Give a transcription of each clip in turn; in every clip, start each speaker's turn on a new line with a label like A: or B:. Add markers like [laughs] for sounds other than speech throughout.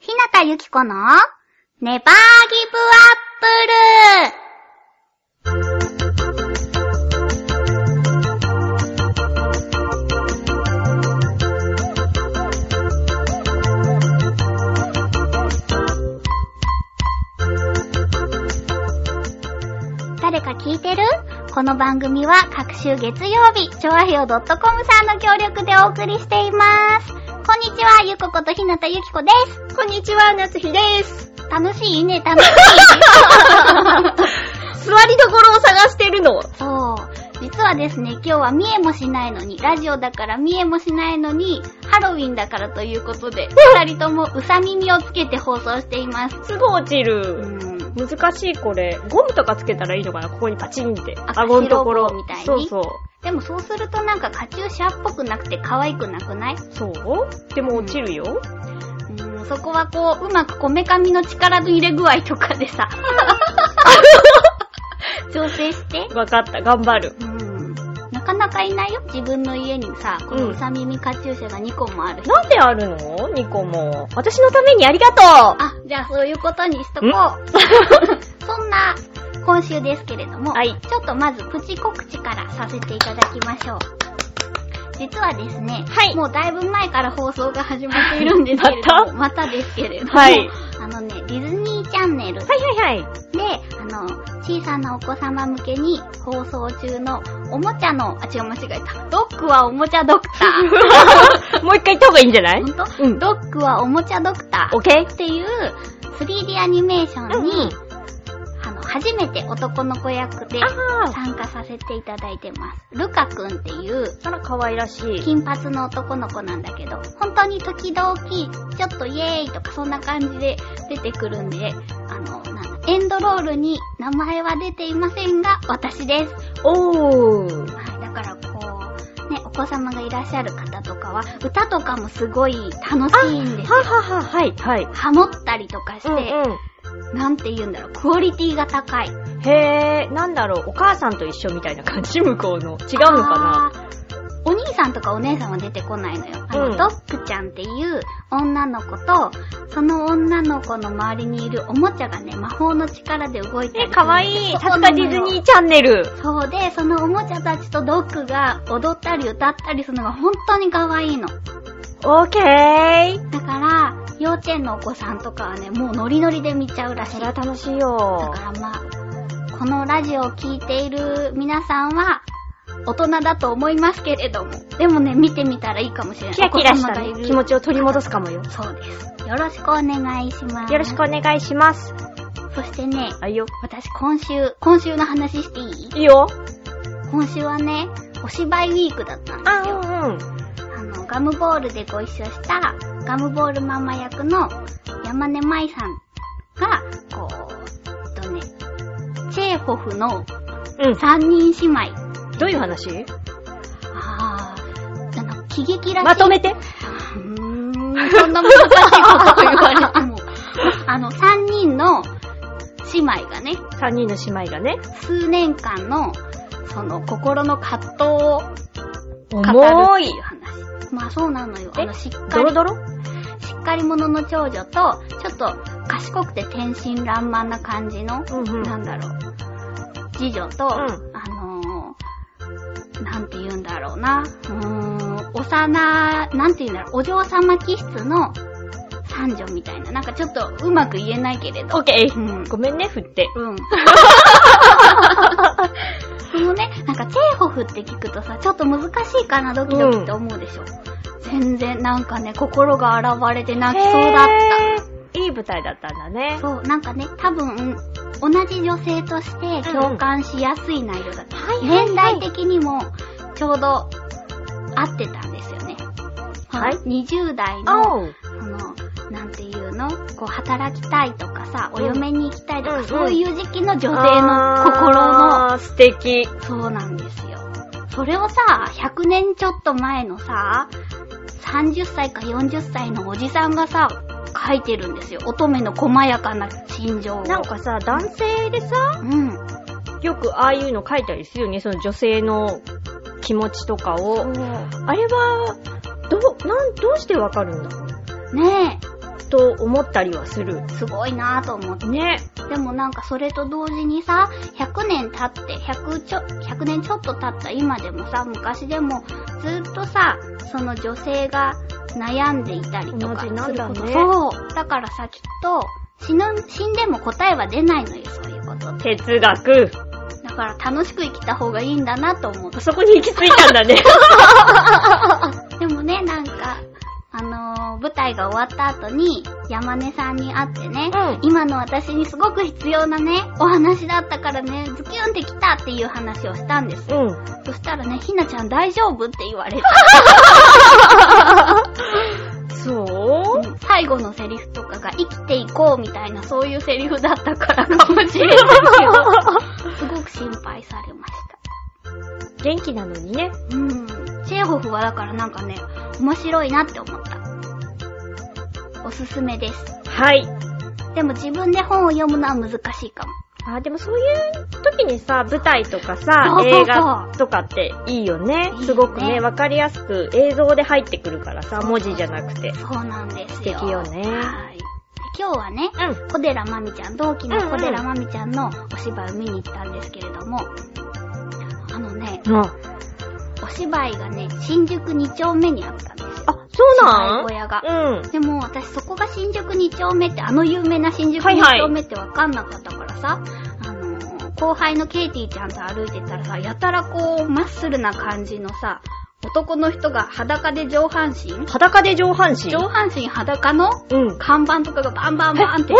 A: 谷ゆきこのネバーギブアップル誰か聞いてるこの番組は各週月曜日、ちょわひよ .com さんの協力でお送りしています。こんにちは、ゆこことひなたゆきこです。
B: こんにちは、夏日です。
A: 楽しいね、楽しい。
B: [laughs] 座りどころを探してるの。
A: そう。実はですね、今日は見えもしないのに、ラジオだから見えもしないのに、ハロウィンだからということで、二人ともうさ耳をつけて放送しています。
B: すぐ落ち
A: う
B: る。
A: ん。
B: 難しいこれ。ゴムとかつけたらいいのかなここにパチンって。
A: あ
B: 顎のところ
A: 白。棒みたいに
B: そうそう。
A: でもそうするとなんかカチューシャっぽくなくて可愛くなくない
B: そうでも落ちるよ。
A: うん、そこはこう、うまくこめかみの力の入れ具合とかでさ、 [laughs] 調整して。
B: わかった、頑張る。
A: うん。なかなかいないよ。自分の家にさ、このうさ耳カチューシャが2個もある人。
B: なんであるの ?2 個も。私のためにありがと
A: あ、じゃあそういうことにしとこう
B: うん。
A: [laughs] そんな今週ですけれども、
B: はい
A: ちょっとまずプチ告知からさせていただきましょう。実はですね、
B: はい
A: もうだいぶ前から放送が始まっているんですけれども、またですけれども、
B: はい
A: あのね、ディズニーチャンネルで、
B: はいはいはい。
A: あの、小さなお子様向けに放送中のおもちゃの、あ、違う、間違えた。ドックはおもちゃドク
B: [laughs]
A: タ
B: もう一回行った方がいいんじゃない
A: ー。ほんと
B: うん。
A: ドックはおもちゃドクター
B: オッケ
A: っていう 3D アニメーショ
B: ー
A: ンに、あの、初めて男の子役で
B: あ
A: 参加させていただいてます。ルカくんっていう
B: あ。あら、可愛らしい。
A: 金髪の男の子なんだけど、本当に時々、ちょっとイエーイとかそんな感じで出てくるんで、あの、なんだエンドロールに名前は出ていませんが、私です。
B: おー。
A: はい、だからこう、ね、お子様がいらっしゃる方とかは、歌とかもすごい楽しいんです
B: は
A: よ。
B: はは、はい、はい。
A: ハモったりとかして、
B: うん。
A: なんて言うんだろう、クオリティが高い。違う
B: へー、なんだろう、お母さんと一緒みたいな感じ、向こうの。違うのか
A: お兄さんとかお姉さんは出てこないのよ。あの、
B: うん
A: ドックちゃんっていう女の子と、その女の子の周りにいるおもちゃがね、魔法の力で動いて
B: な
A: る。
B: え、かわいい。
A: そ
B: さ
A: うな
B: すが
A: の
B: デ
A: よ
B: ィズニーチャンネル。
A: そうで、そのおもちゃたちとドックが踊ったり歌ったりするのが本当に可愛いの。
B: オーケー。
A: だから、幼稚園のお子さんとかはね、もうノリノリで見ちゃうらしい。
B: それは
A: だか
B: 楽しいよ。
A: らまあ、このラジオを聴いている皆さんは、大人だと思いますけれども、でもね、見てみたらいいかもしれない。
B: キラキラした、
A: お子様が
B: ね、
A: いる
B: 気持ちを取り戻すかもよ。
A: そうです。よろしくお願いします。
B: よろしくお願いします。
A: そしてね、
B: あいよ。
A: 私今週、今週の話していい
B: いいよ。
A: 今週はね、お芝居ウィークだったんですよ。
B: あ、
A: あの、ガムボールでご一緒した、ガムボールママ役の山根舞さんが、こう、えっとね、チェーホフの
B: うんうん。
A: 三人姉妹。
B: うん。どういう話
A: あー、あの、喜劇らしい。
B: まとめて。
A: うーん、そんな難しいこと言われて
B: [laughs]
A: も。あの、三人の姉妹がね、
B: 3人の姉妹がね。
A: 数年間の、その、心の葛藤を語る
B: 重
A: って
B: い
A: いう。話。まあそうなのよ。
B: え
A: あの、しっか
B: ドロ
A: り、
B: ドロ
A: しっかり者の長女と、ちょっと賢くて天真爛漫な感じの、
B: うんうん。
A: なんだろう、次女と、
B: ん
A: あのー、なんて言うんだろうな、うーん、幼、なんて言うんだろう、お嬢様気質の三女みたいな、なんかちょっとうまく言えないけれ
B: オ
A: ど
B: ッ、ケ
A: う
B: ー。
A: ん、
B: ごめんね、振って。
A: うん。 [laughs] そのね、なんか、チェーホフって聞くとさ、ちょっと難しいかな、ドキドキって思うでしょ。全然、なんかね、心が洗われて泣きそうだった。
B: た。いい舞台だったんだね。
A: そう、なんかね、多分、同じ女性として共感しやすい内容だった。
B: はいはいはい
A: 年代的にも、ちょうど、合ってたんですよね。
B: はい
A: 20代の、
B: おう。
A: その、なんていうのこう、働きたいとかさ、お
B: うん
A: 嫁に行きたいとか、
B: うんうん
A: そういう時期の女性の心の、
B: の。素敵。
A: そうなんですよ。それをさ、100年ちょっと前のさ、30歳か40歳のおじさんがさ、書いてるんですよ。乙女の細やかな心情を。
B: なんかさ、男性でさ、
A: うん。
B: よくああいうの書いたりするよね、その女性の気持ちとかを。あれは、どう、なん、どうしてわかるんだろう
A: ね
B: と思ったりはする。
A: すごいなぁと思って。
B: ね。
A: でもなんかそれと同時にさ、100年経って、100ちょ、100年ちょっと経った今でもさ、昔でも、ずっとさ、その女性が悩んでいたりとか
B: 同じな
A: す
B: ん
A: る
B: だ
A: こ
B: ね
A: と。そう。だからさ、きっと、死ぬ、死んでも答えは出ないのよ、そういうことって。
B: 哲学。
A: だから楽しく生きた方がいいんだなと思って。
B: そこに行き着いたんだね。
A: でもね、なんか、あのー舞台が終わった後に、山根さんに会ってね、
B: うん
A: 今の私にすごく必要なね、お話だったからね、ズキュンってきたっていう話をしたんです。
B: [laughs] うん。
A: そしたらね、ひなちゃん大丈夫って言われて、
B: [laughs] そう
A: 最後のセリフとかが生きていこうみたいな、そういうセリフだったからかもしれないけ
B: [laughs]
A: ど、すごく心配されました。
B: 元気なのにね。
A: うん。チェーホフはだからなんかね、面白いなって思った。おすすめです。
B: はい。
A: でも自分で本を読むのは難しいかも。
B: あー、でもそういう時にさ、舞台とかさ
A: そう、そうそう
B: 映画とかっていいよね。
A: いいよね
B: すごくね、わかりやすく映像で入ってくるからさ、文字じゃなくて。
A: そうなんですよ。
B: 素敵よね
A: はい。で今日はね、
B: う
A: 小寺まみちゃん、同期の小
B: うんう
A: 寺
B: ん
A: まみちゃんのお芝居を見に行ったんですけれども、あのね、
B: ん。あ、
A: お芝居がね、新宿2丁目にあったんですよ。
B: そう
A: 芝
B: なん
A: 居小屋が。
B: うん。
A: でも私そこが新宿2丁目って、あの有名な新宿
B: はいは
A: 2
B: い
A: 丁目ってわかんなかったからさ、あのー、後輩のケイティちゃんと歩いてたらさ、やたらこう、マッスルな感じのさ、男の人が裸で上半身
B: 裸で上半身
A: 上半身裸の
B: うん。
A: 看板とかがバンバン
B: え
A: バン
B: 本
A: っ
B: 当
A: て
B: に。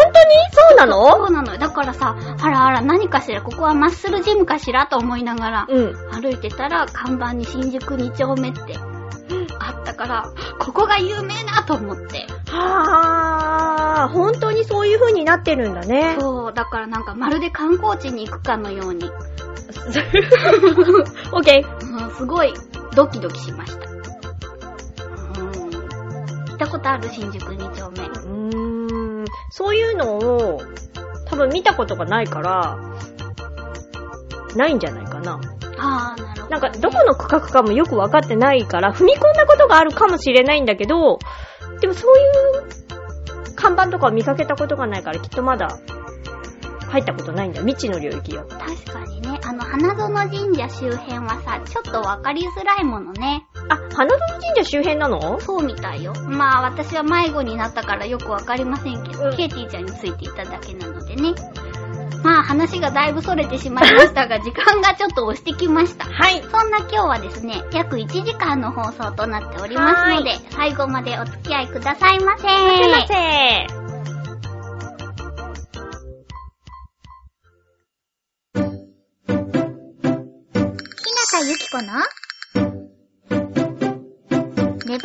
B: そうな
A: そ
B: の
A: うなのよ。だからさ、あらあら何かしら、ここはマッスルジムかしらと思いながら、
B: うん。
A: 歩いてたら看板に新宿2丁目ってあったから、ここが有名だと思って。
B: はー、本当にそういう風になってるんだね。 [laughs]
A: そう、だからなんかまるで観光地に行くかのように、
B: オッケー。
A: うん、すごいドキドキしました。うん。行ったことある新宿2丁目。
B: うーん、そういうのを、多分見たことがないから、ないんじゃないかな。
A: あー、なるほど。
B: なんか、どこの区画かもよくわかってないから、踏み込んだことがあるかもしれないんだけど、でもそういう看板とかを見かけたことがないから、きっとまだ、入ったことないんだ。未知の領域よ。
A: 確かにね、あの、花園神社周辺はさ、ちょっとわかりづらいものね。
B: あ、花園神社周辺なの
A: そうみたいよ。まあ、私は迷子になったからよくわかりませんけど、
B: うん
A: ケイティちゃんについていただけなのでね。まあ、話がだいぶ逸れてしまいま
B: [laughs]
A: したが、時間がちょっと押してきました。
B: はい。
A: そんな今日はですね、約1時間の放送となっておりますので、最後までお付き合いくださいませ。
B: すいません。
A: 日向ゆき子のネバーギブアップル。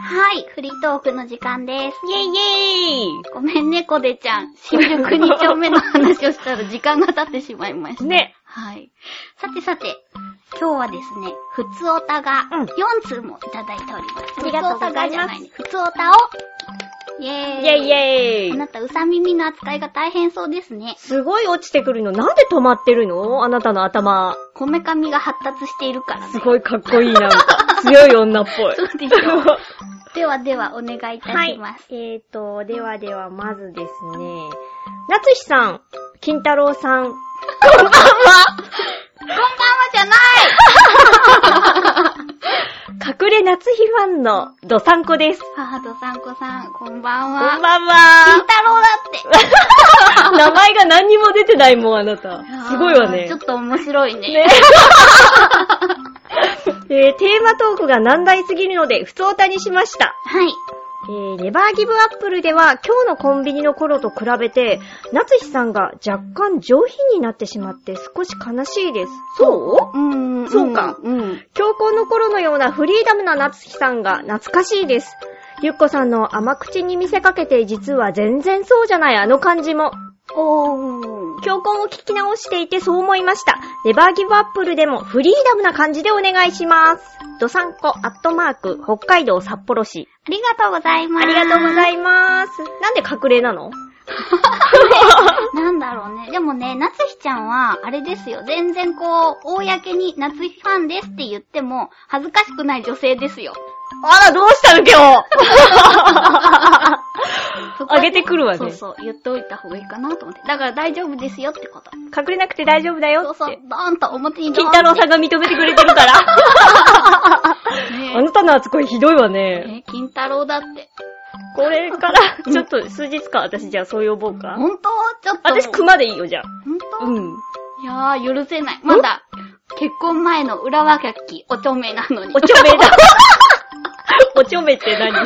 A: はい、フリートークの時間です。
B: イェイイ
A: ごめんね、こでちゃん。新宿2丁目の話をしたら時間が経ってしまいました
B: ェイ。ね。
A: はい。さてさて、今日はですね、ふつおたが
B: うん
A: 4通もいただいております。
B: ありがとうござ
A: ふつおた
B: います
A: がじゃないね。ふつおたを、イェー
B: イ
A: イ。
B: ェイイェ
A: あ
B: イ
A: なた、うさ耳の扱いが大変そうですね。
B: すごい落ちてくるの。なんで止まってるのあなたの頭。
A: こめかみが発達しているから
B: す
A: ね。
B: ごいかっこいいなんか。強い女っぽい。
A: そうでしょではでは、お願いいたします。
B: えーと、ではでは、まずですね、なつしさん、金太郎
A: [laughs]
B: さん、
A: こんばんはじゃない
B: 隠れ夏日ファンのどさんこです。
A: [laughs] 母とさんこさん、こんばん
B: こ
A: は。
B: んば
A: 金
B: ん
A: [laughs]
B: は
A: 太郎だって。
B: 名前が何にも出てないもん、あなた。すごいわ
A: あー
B: ね
A: ちょっ。と面白いね。
B: ね [laughs] えー、テーマトークが難題すぎるので、普通歌にしました。
A: はい。
B: えー、ネバーギブアップルでは今日のコンビニの頃と比べて、夏日さんが若干上品になってしまって少し悲しいです。そ
A: う
B: う
A: ーん。
B: そうか
A: うん。
B: 強行の頃のようなフリーダムな夏日さんが懐かしいです。ゆっこさんの甘口に見せかけて実は全然そうじゃないあの感じも。
A: おー。
B: 教訓を聞き直していてそう思いました。ネバーギブアップルでもフリーダムな感じでお願いします。ドサンコアットマーク、北海道札幌市。
A: ありがとうございます。
B: ありがとうござ
A: ま
B: います。なんで隠れなの [laughs]
A: す。なんだろうね。でもね、夏日ちゃんは、あれですよ。全然こう、公に夏日ファンですって言っても、恥ずかしくない女性ですよ。
B: あら、どうしたの今
A: そこは
B: 上げてくるわね
A: そうそう、言っておいた方がいいかなと思って。だから大丈夫ですよってこと。
B: 日。 [laughs] 隠れなくて大丈夫だよ
A: そう
B: っ
A: そう
B: て、。
A: ドーンと表に
B: 金太郎さんが認めてくれてる [laughs] から。あ
A: ん。
B: なたの扱いひどいわね。
A: ねえ、金太郎だって。
B: [laughs] これから、ちょっと数日間私じゃあそう呼ぼうか。
A: ほんとちょっと。
B: 私
A: ほん
B: 熊でいいよ、じゃあ。
A: と
B: うん。
A: いやー、許せない。まだ、結婚前の裏若きおちょめなのに
B: お。ちょめだ。 [laughs] おちょめって何っ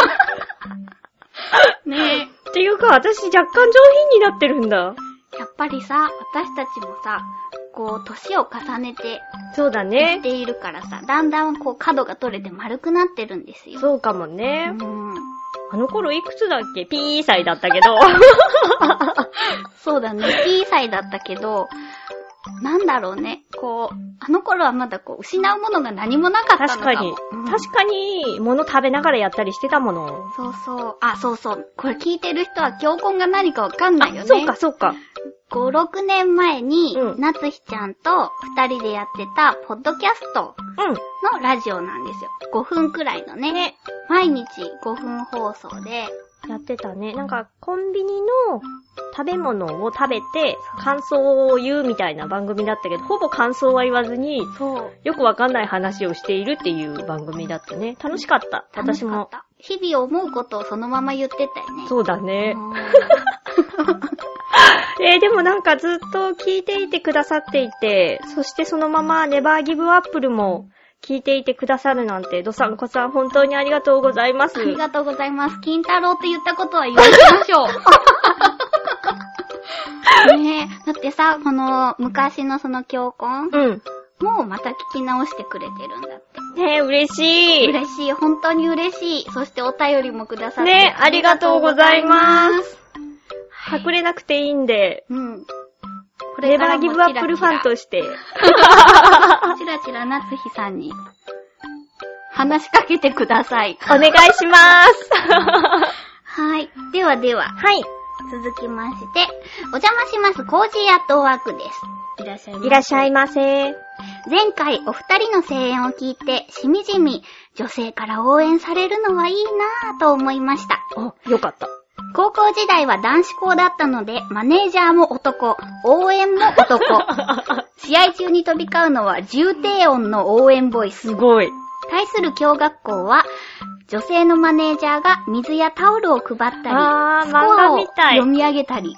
A: ね
B: ていうか、私若干上品になってるんだ。
A: え、やっぱりさ、私たちもさ、こう、年を重ねて
B: そうだ
A: 生き
B: ね。
A: ているからさ、だんだんこう、角が取れて丸くなってるんですよ。
B: そうかも
A: う
B: ね。
A: ん。
B: あの頃いくつだっけピー歳だったけ [laughs] ど。
A: そうだね、P 歳だったけど、なんだろうね、こう、あの頃はまだこう、失うものが何もなかったの
B: 確か
A: か
B: に
A: も。。
B: 確かに、物食べながらやったりしてたもの。
A: そうそう。あ、そうそう。これ聞いてる人は教根が何かわかんないよね。
B: そうか、そうか。
A: 5、6年前に、
B: うん
A: 夏日ちゃんと2人でやってた、ポッドキャスト
B: う
A: のラジオなんですよ。5分くらいのね。
B: ね
A: 毎日5分放送で、
B: ん。やってたね。なんか、コンビニの食べ物を食べて、感想を言うみたいな番組だったけど、ほぼ感想は言わずに、
A: そう。
B: よくわかんない話をしているっていう番組だったね。楽しかった。
A: 楽
B: 私
A: しかっ
B: も。
A: た。日々思うことをそのまま言ってたよね。
B: そうだね
A: う。ん。
B: えー、でもなんかずっと聞いていてくださっていて、そしてそのままネバーギブアップルも聞いていてくださるなんて、ドサンコさん本当にありがとうございます
A: あ。りがとうございます。金太郎って言ったことは言わせましょ
B: [laughs]
A: う。ねえ、だってさ、この昔のその教根、
B: [laughs] うん。
A: もうまた聞き直してくれてるんだって。
B: ねえ、嬉しい。
A: 嬉しい、本当に嬉しい。そしてお便りもくださって。。
B: ねありがとうございます隠れなくていいんで、
A: うん。こ
B: ネバーギブアップルファンとして、
A: と。ちらちら夏日さんに、話しかけてください。
B: お願いします。 [laughs]
A: はい。ではでは、
B: はい。
A: 続きまして、お邪魔します、コージーアットワークです。いらっしゃいま
B: いらっしゃいませ。
A: 前回お二人の声援を聞いて、しみじみ、女性から応援されるのはいいなぁと思いました。
B: あ、よかった。
A: 高校時代は男子校だったので、マネージャーも男、応援も [laughs] 男。試合中に飛び交うのは重低音の応援ボイス。
B: すごい。
A: 対する教学校は、女性のマネージャーが水やタオルを配ったり、
B: あー
A: スコア
B: 漫画
A: を
B: みたい
A: 読み上げたり。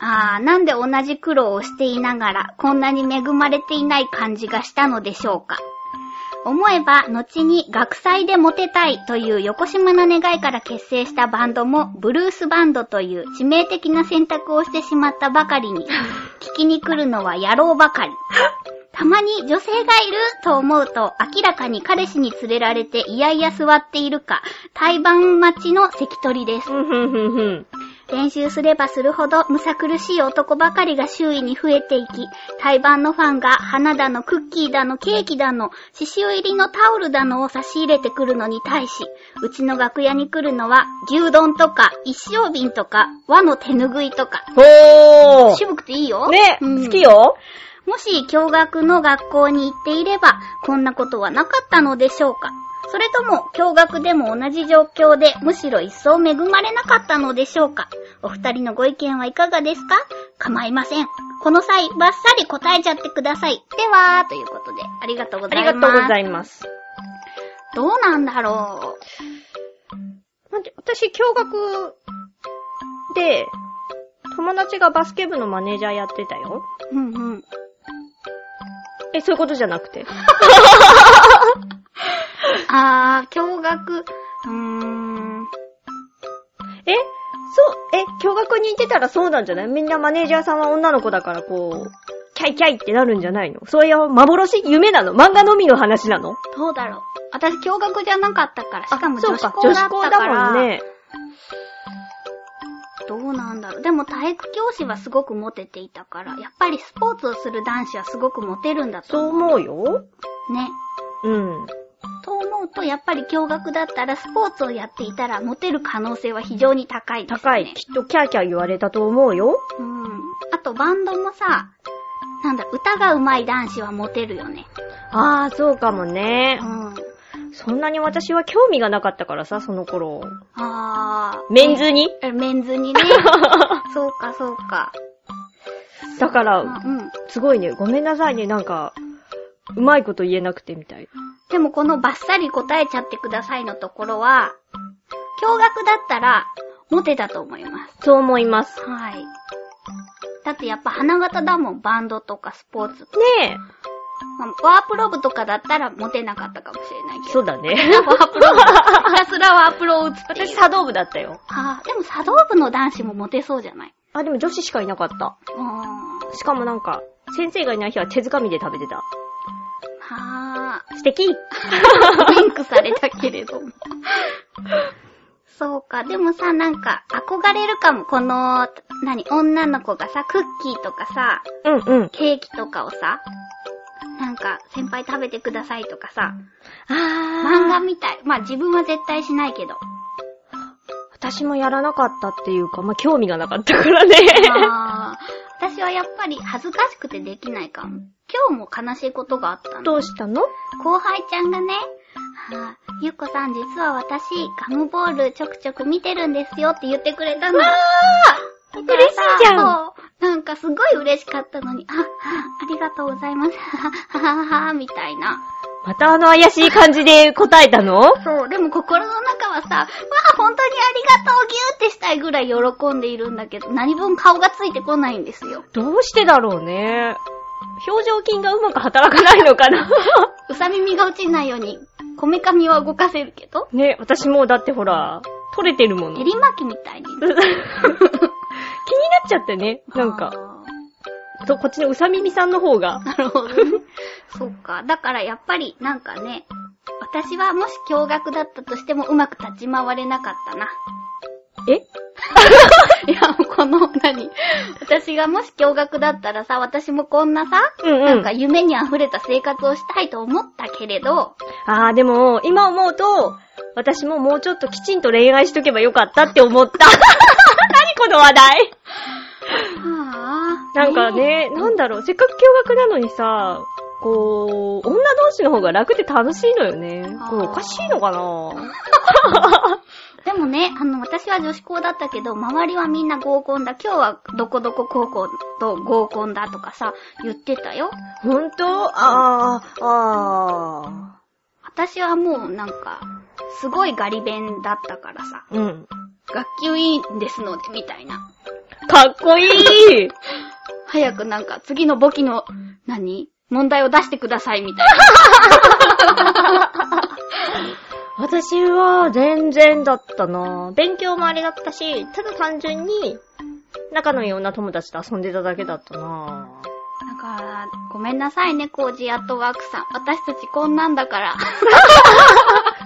A: あー、なんで同じ苦労をしていながら、こんなに恵まれていない感じがしたのでしょうか。思えば、後に学祭でモテたいという横島の願いから結成したバンドも、ブルースバンドという致命的な選択をしてしまったばかり
B: [laughs]
A: に、聞きに来るのは野郎ばかり。たまに女性がいると思うと、明らかに彼氏に連れられていやいや座っているか、対バン待ちの関取です
B: う。ん、ふん、ふん、ふん。
A: 練習すればするほど、むさ苦しい男ばかりが周囲に増えていき、台湾のファンが花だのクッキーだのケーキだの、刺繍入りのタオルだのを差し入れてくるのに対し、うちの楽屋に来るのは、牛丼とか、一升瓶とか、和の手拭いとか。
B: ほー。
A: 渋くていいよ
B: ね、
A: うん
B: 好きよ。
A: もし、共学の学校に行っていれば、こんなことはなかったのでしょうかそれとも、共学でも同じ状況で、むしろ一層恵まれなかったのでしょうかお二人のご意見はいかがですか構いません。この際、ばっさり答えちゃってください。では、ということで、ありがとうご
B: あ
A: ざいます。
B: りがとうござ
A: い
B: います。
A: ます。どうなんだろ
B: なんて、私、驚学で、友達がバスケ部のマネージャーやってたよ。
A: う。うんうん。
B: え、そういうことじゃなくて。
A: あー、共学、うーん。
B: え、そう、え、驚学に行ってたらそうなんじゃないみんなマネージャーさんは女の子だから、こう、キャイキャイってなるんじゃないのそういう幻夢なの漫画のみの話なの
A: どうだろう。私、共学じゃなかったから、しかも
B: そ
A: 女
B: う
A: 子校だったから。
B: 女子校だもんね。
A: どうなんだろう。でも体育教師はすごくモテていたから、やっぱりスポーツをする男子はすごくモテるんだ
B: そ
A: と
B: う
A: 思
B: 思うよ。
A: う。ね。
B: うん。
A: と思うと、やっぱり驚学だったらスポーツをやっていたらモテる可能性は非常に高いですね。
B: 高い。きっとキャーキャー言われたと思うよ。
A: うん。あとバンドもさ、なんだろう、歌が上手い男子はモテるよね。
B: ああ、そうかもね
A: う。ん。
B: そんなに私は興味がなかったからさ、その頃。
A: あー。
B: メンズに
A: えメンズ
B: [laughs]
A: にね。そうか、そうか。
B: だか
A: ま
B: ら、
A: あうん。
B: すごいね。ごめんなさいね、なんか、うまいこと言えなくてみたい。
A: でもこのバッサリ答えちゃってくださいのところは、驚愕だったら、モテだと思います。
B: そう思います。
A: はい。だってやっぱ花形だもん、バンドとかスポーツ。
B: ね
A: まあワープロ部とかだったらモテなかったかもしれない
B: え。
A: けど。
B: そうだ
A: [laughs]
B: ね。
A: ワープロ部。ひたすらワープロを打つって
B: 私、
A: いう。
B: 茶道部だったよ。
A: あーでも茶道部の男子もモテそうじゃない
B: あ、でも女子しかいなかった。
A: うーん。
B: しかもなんか、先生がいない日は手づかみで食べてた。
A: は
B: 素敵
A: ー。リンクされたけれども。そうか。でもさ、なんか、憧れるかも。この、何、女の子がさ、クッキーとかさ、
B: うんうん。
A: ケーキとかをさ、なんか、先輩食べてくださいとかさ、
B: あ
A: 漫画みたい。まあ自分は絶対しないけど。
B: 私もやらなかったっていうか、まあ、興味がなかったからね。
A: あー私はやっぱり恥ずかしくてできないかも。今日も悲しいことがあったの。
B: どうしたの
A: 後輩ちゃんがね、はぁ、ゆっこさん実は私、ガムボールちょくちょく見てるんですよって言ってくれたの。わー
B: 嬉しいじゃん
A: そうなんかすごい嬉しかったのに、あ、ありがとうございます、ははははは、みたいな。
B: またあの怪しい感じで答えたの
A: そう、でも心の中はさ、わあ、本当にありがとう、ぎゅーってしたいぐらい喜んでいるんだけど、何分顔がついてこないんですよ。
B: どうしてだろうね。表情筋がうまく働かないのか [laughs] な
A: うさ耳が落ちないように、こめかみは動かせるけど、
B: ね、私もうだってほら、取れてるもの。気
A: 照
B: に [laughs]
A: り巻きみたいに。
B: なっちゃってね。なんか、
A: あ
B: とこっちのうさみみさんの方が
A: ー。。なるほどね。そうか。だからやっぱり、なんかね、私はもし驚愕だったとしてもうまく立ち回れなかったな。
B: え
A: いや、この、何私がもし驚愕だったらさ、私もこんなさ、
B: うんうん。
A: なんか夢に溢れた生活をしたいと思ったけれど、
B: あーでも、今思うと、私ももうちょっときちんと恋愛しとけばよかったって思った。 [laughs] 何この話題
A: はあ
B: なんか、ね、なんだろう、せっかく驚愕なのにさ、こう、女同士の方が楽で楽しいのよね。これ
A: あー
B: おかしいの [laughs] かな
A: でもね、あの、私は女子校だったけど、周りはみんな合コンだ。今日はどこどこ高校と合コンだとかさ、言ってたよ。
B: ほんとあー、あ
A: 私はもうなんか、すごいガリ弁だったからさ、
B: ー。うん。
A: 学級委員ですので、みたいな。
B: かっこいい
A: 早くなんか、次の簿記の、何問題を出してください、みたいな。
B: 私は全然だったな勉強もあれだったし、ただ単純に仲のいい女友達と遊んでただけだったな
A: だから、ごめんなさいね、コージーアットワークさん。私たちこんなんだから。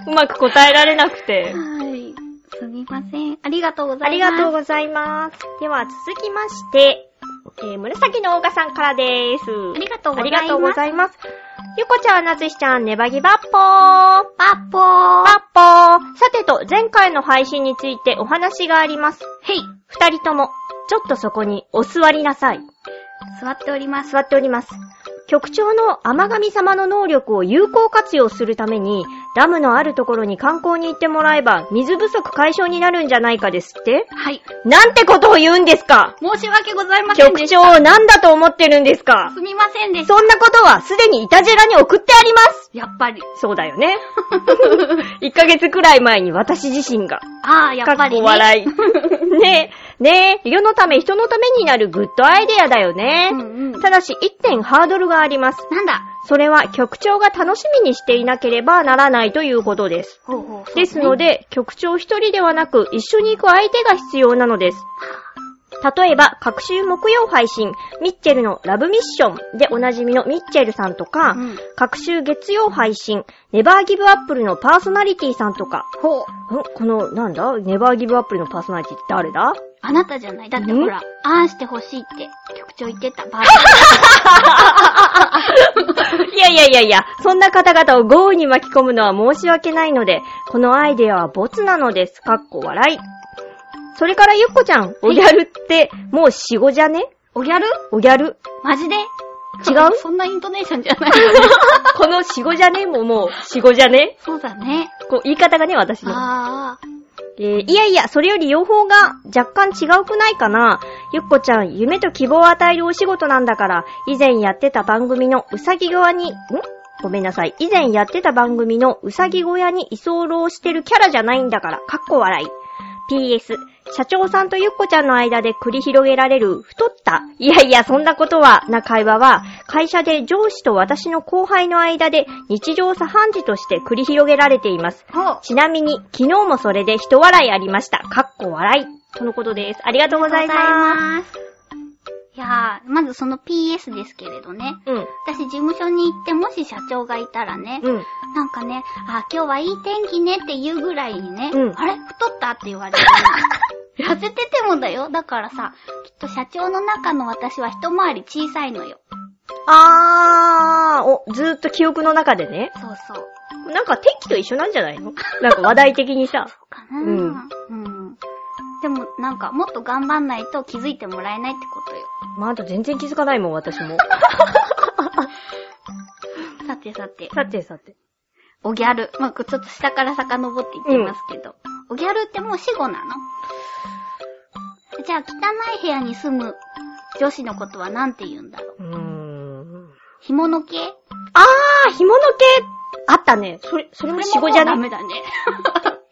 B: うまく答えられなくて。
A: はい。すみません。ありがとうござ
B: あ
A: い
B: り
A: ます。
B: がとうございます。では続きまして、えー、紫のオーガさんからです。
A: ありがとうございます
B: ありがとうございます。ゆこちゃん、なつしちゃん、ねばぎばっぽー。
A: パッポー
B: ばっぽー。さてと、前回の配信についてお話があります。
A: へい
B: 二人とも、ちょっとそこにお座りなさい。
A: 座っております。
B: 座っております。局長の天神様の能力を有効活用するために、ダムのあるところに観光に行ってもらえば、水不足解消になるんじゃないかですって
A: はい。
B: なんてことを言うんですか
A: 申し訳ございません
B: 局
A: でし
B: 長を何だと思ってるんです
A: た。
B: か
A: すみませんでした。
B: そんなことはすでにイタジェラに送ってあります
A: やっぱり。
B: そうだよね。1ヶ月くらい前に私自身が。
A: ああ、やっぱり、ね。
B: かっこ
A: [laughs]
B: 笑い。ねえ、ねえ、世のため人のためになるグッドアイデアだよね
A: う。んうん。
B: ただし1点ハードルがあります。
A: なんだ
B: それは局長が楽しみにしていなければならないということです。
A: ほうほうそうね
B: ですので、局長一人ではなく一緒に行く相手が必要なのです。例えば、各週木曜配信、ミッチェルのラブミッションでおなじみのミッチェルさんとか、
A: うん
B: 各週月曜配信、ネバーギブアップルのパーソナリティさんとか、
A: ほう。
B: んこの、なんだネバーギブアップルのパーソナリティって誰だ
A: あなたじゃない。だってほら、あんしてほしいって、局長言ってた。バー
B: いやいやいやいや、そんな方々を豪雨に巻き込むのは申し訳ないので、このアイデアはボツなのです。かっこ笑い。それからゆっこちゃん、おギャルって、もう死後じゃね
A: おギャル
B: おギャル
A: マジで違
B: 違う
A: そんなイントネーションじゃないよ [laughs] ね。
B: この死後じゃねももう死後じゃね
A: そうだね。
B: こう言い方がね、私の。
A: あー。
B: えーいやいや、それより用法が若干違うくないかな。ゆっこちゃん、夢と希望を与えるお仕事なんだから、以前やってた番組のうさぎ側に、んごめんなさい。以前やってた番組のうさぎ小屋に居候してるキャラじゃないんだから、かっこ笑い。PS、社長さんとゆっこちゃんの間で繰り広げられる太った、いやいやそんなことは、な会話は、会社で上司と私の後輩の間で日常茶飯事として繰り広げられています。
A: ほう。
B: ちなみに、昨日もそれで一笑いありました。かっこ笑い。とのことです。ありがとうございます。
A: す。いやー、まずその PS ですけれどね。
B: うん。
A: 私事務所に行ってもし社長がいたらね、
B: うん。
A: なんかね、あ、今日はいい天気ねって言うぐらいにね、
B: うん
A: あれ太ったって言われ [laughs] る。痩せててもだよ。だからさ、きっと社長の中の私は一回り小さいのよ。
B: あー、お、ずーっと記憶の中でね。
A: そうそう。
B: なんか天気と一緒なんじゃないのなんか話題的にさ。 [laughs]
A: かなぁうん。でもなんかもっと頑張んないと気づいてもらえないってことよ。
B: まあ、あと全然気づかないもん、私も。
A: さてさて、
B: さてさて。
A: おギャル。まあ、ちょっと下から遡っていきますけど。おギャルってもう死後なのじゃあ汚い部屋に住む女子のことはなんて言うんだろう。
B: うーん。
A: 干物系
B: あー、干物系、あったね。それ、それも死後じゃ
A: ダ
B: ね
A: メだね。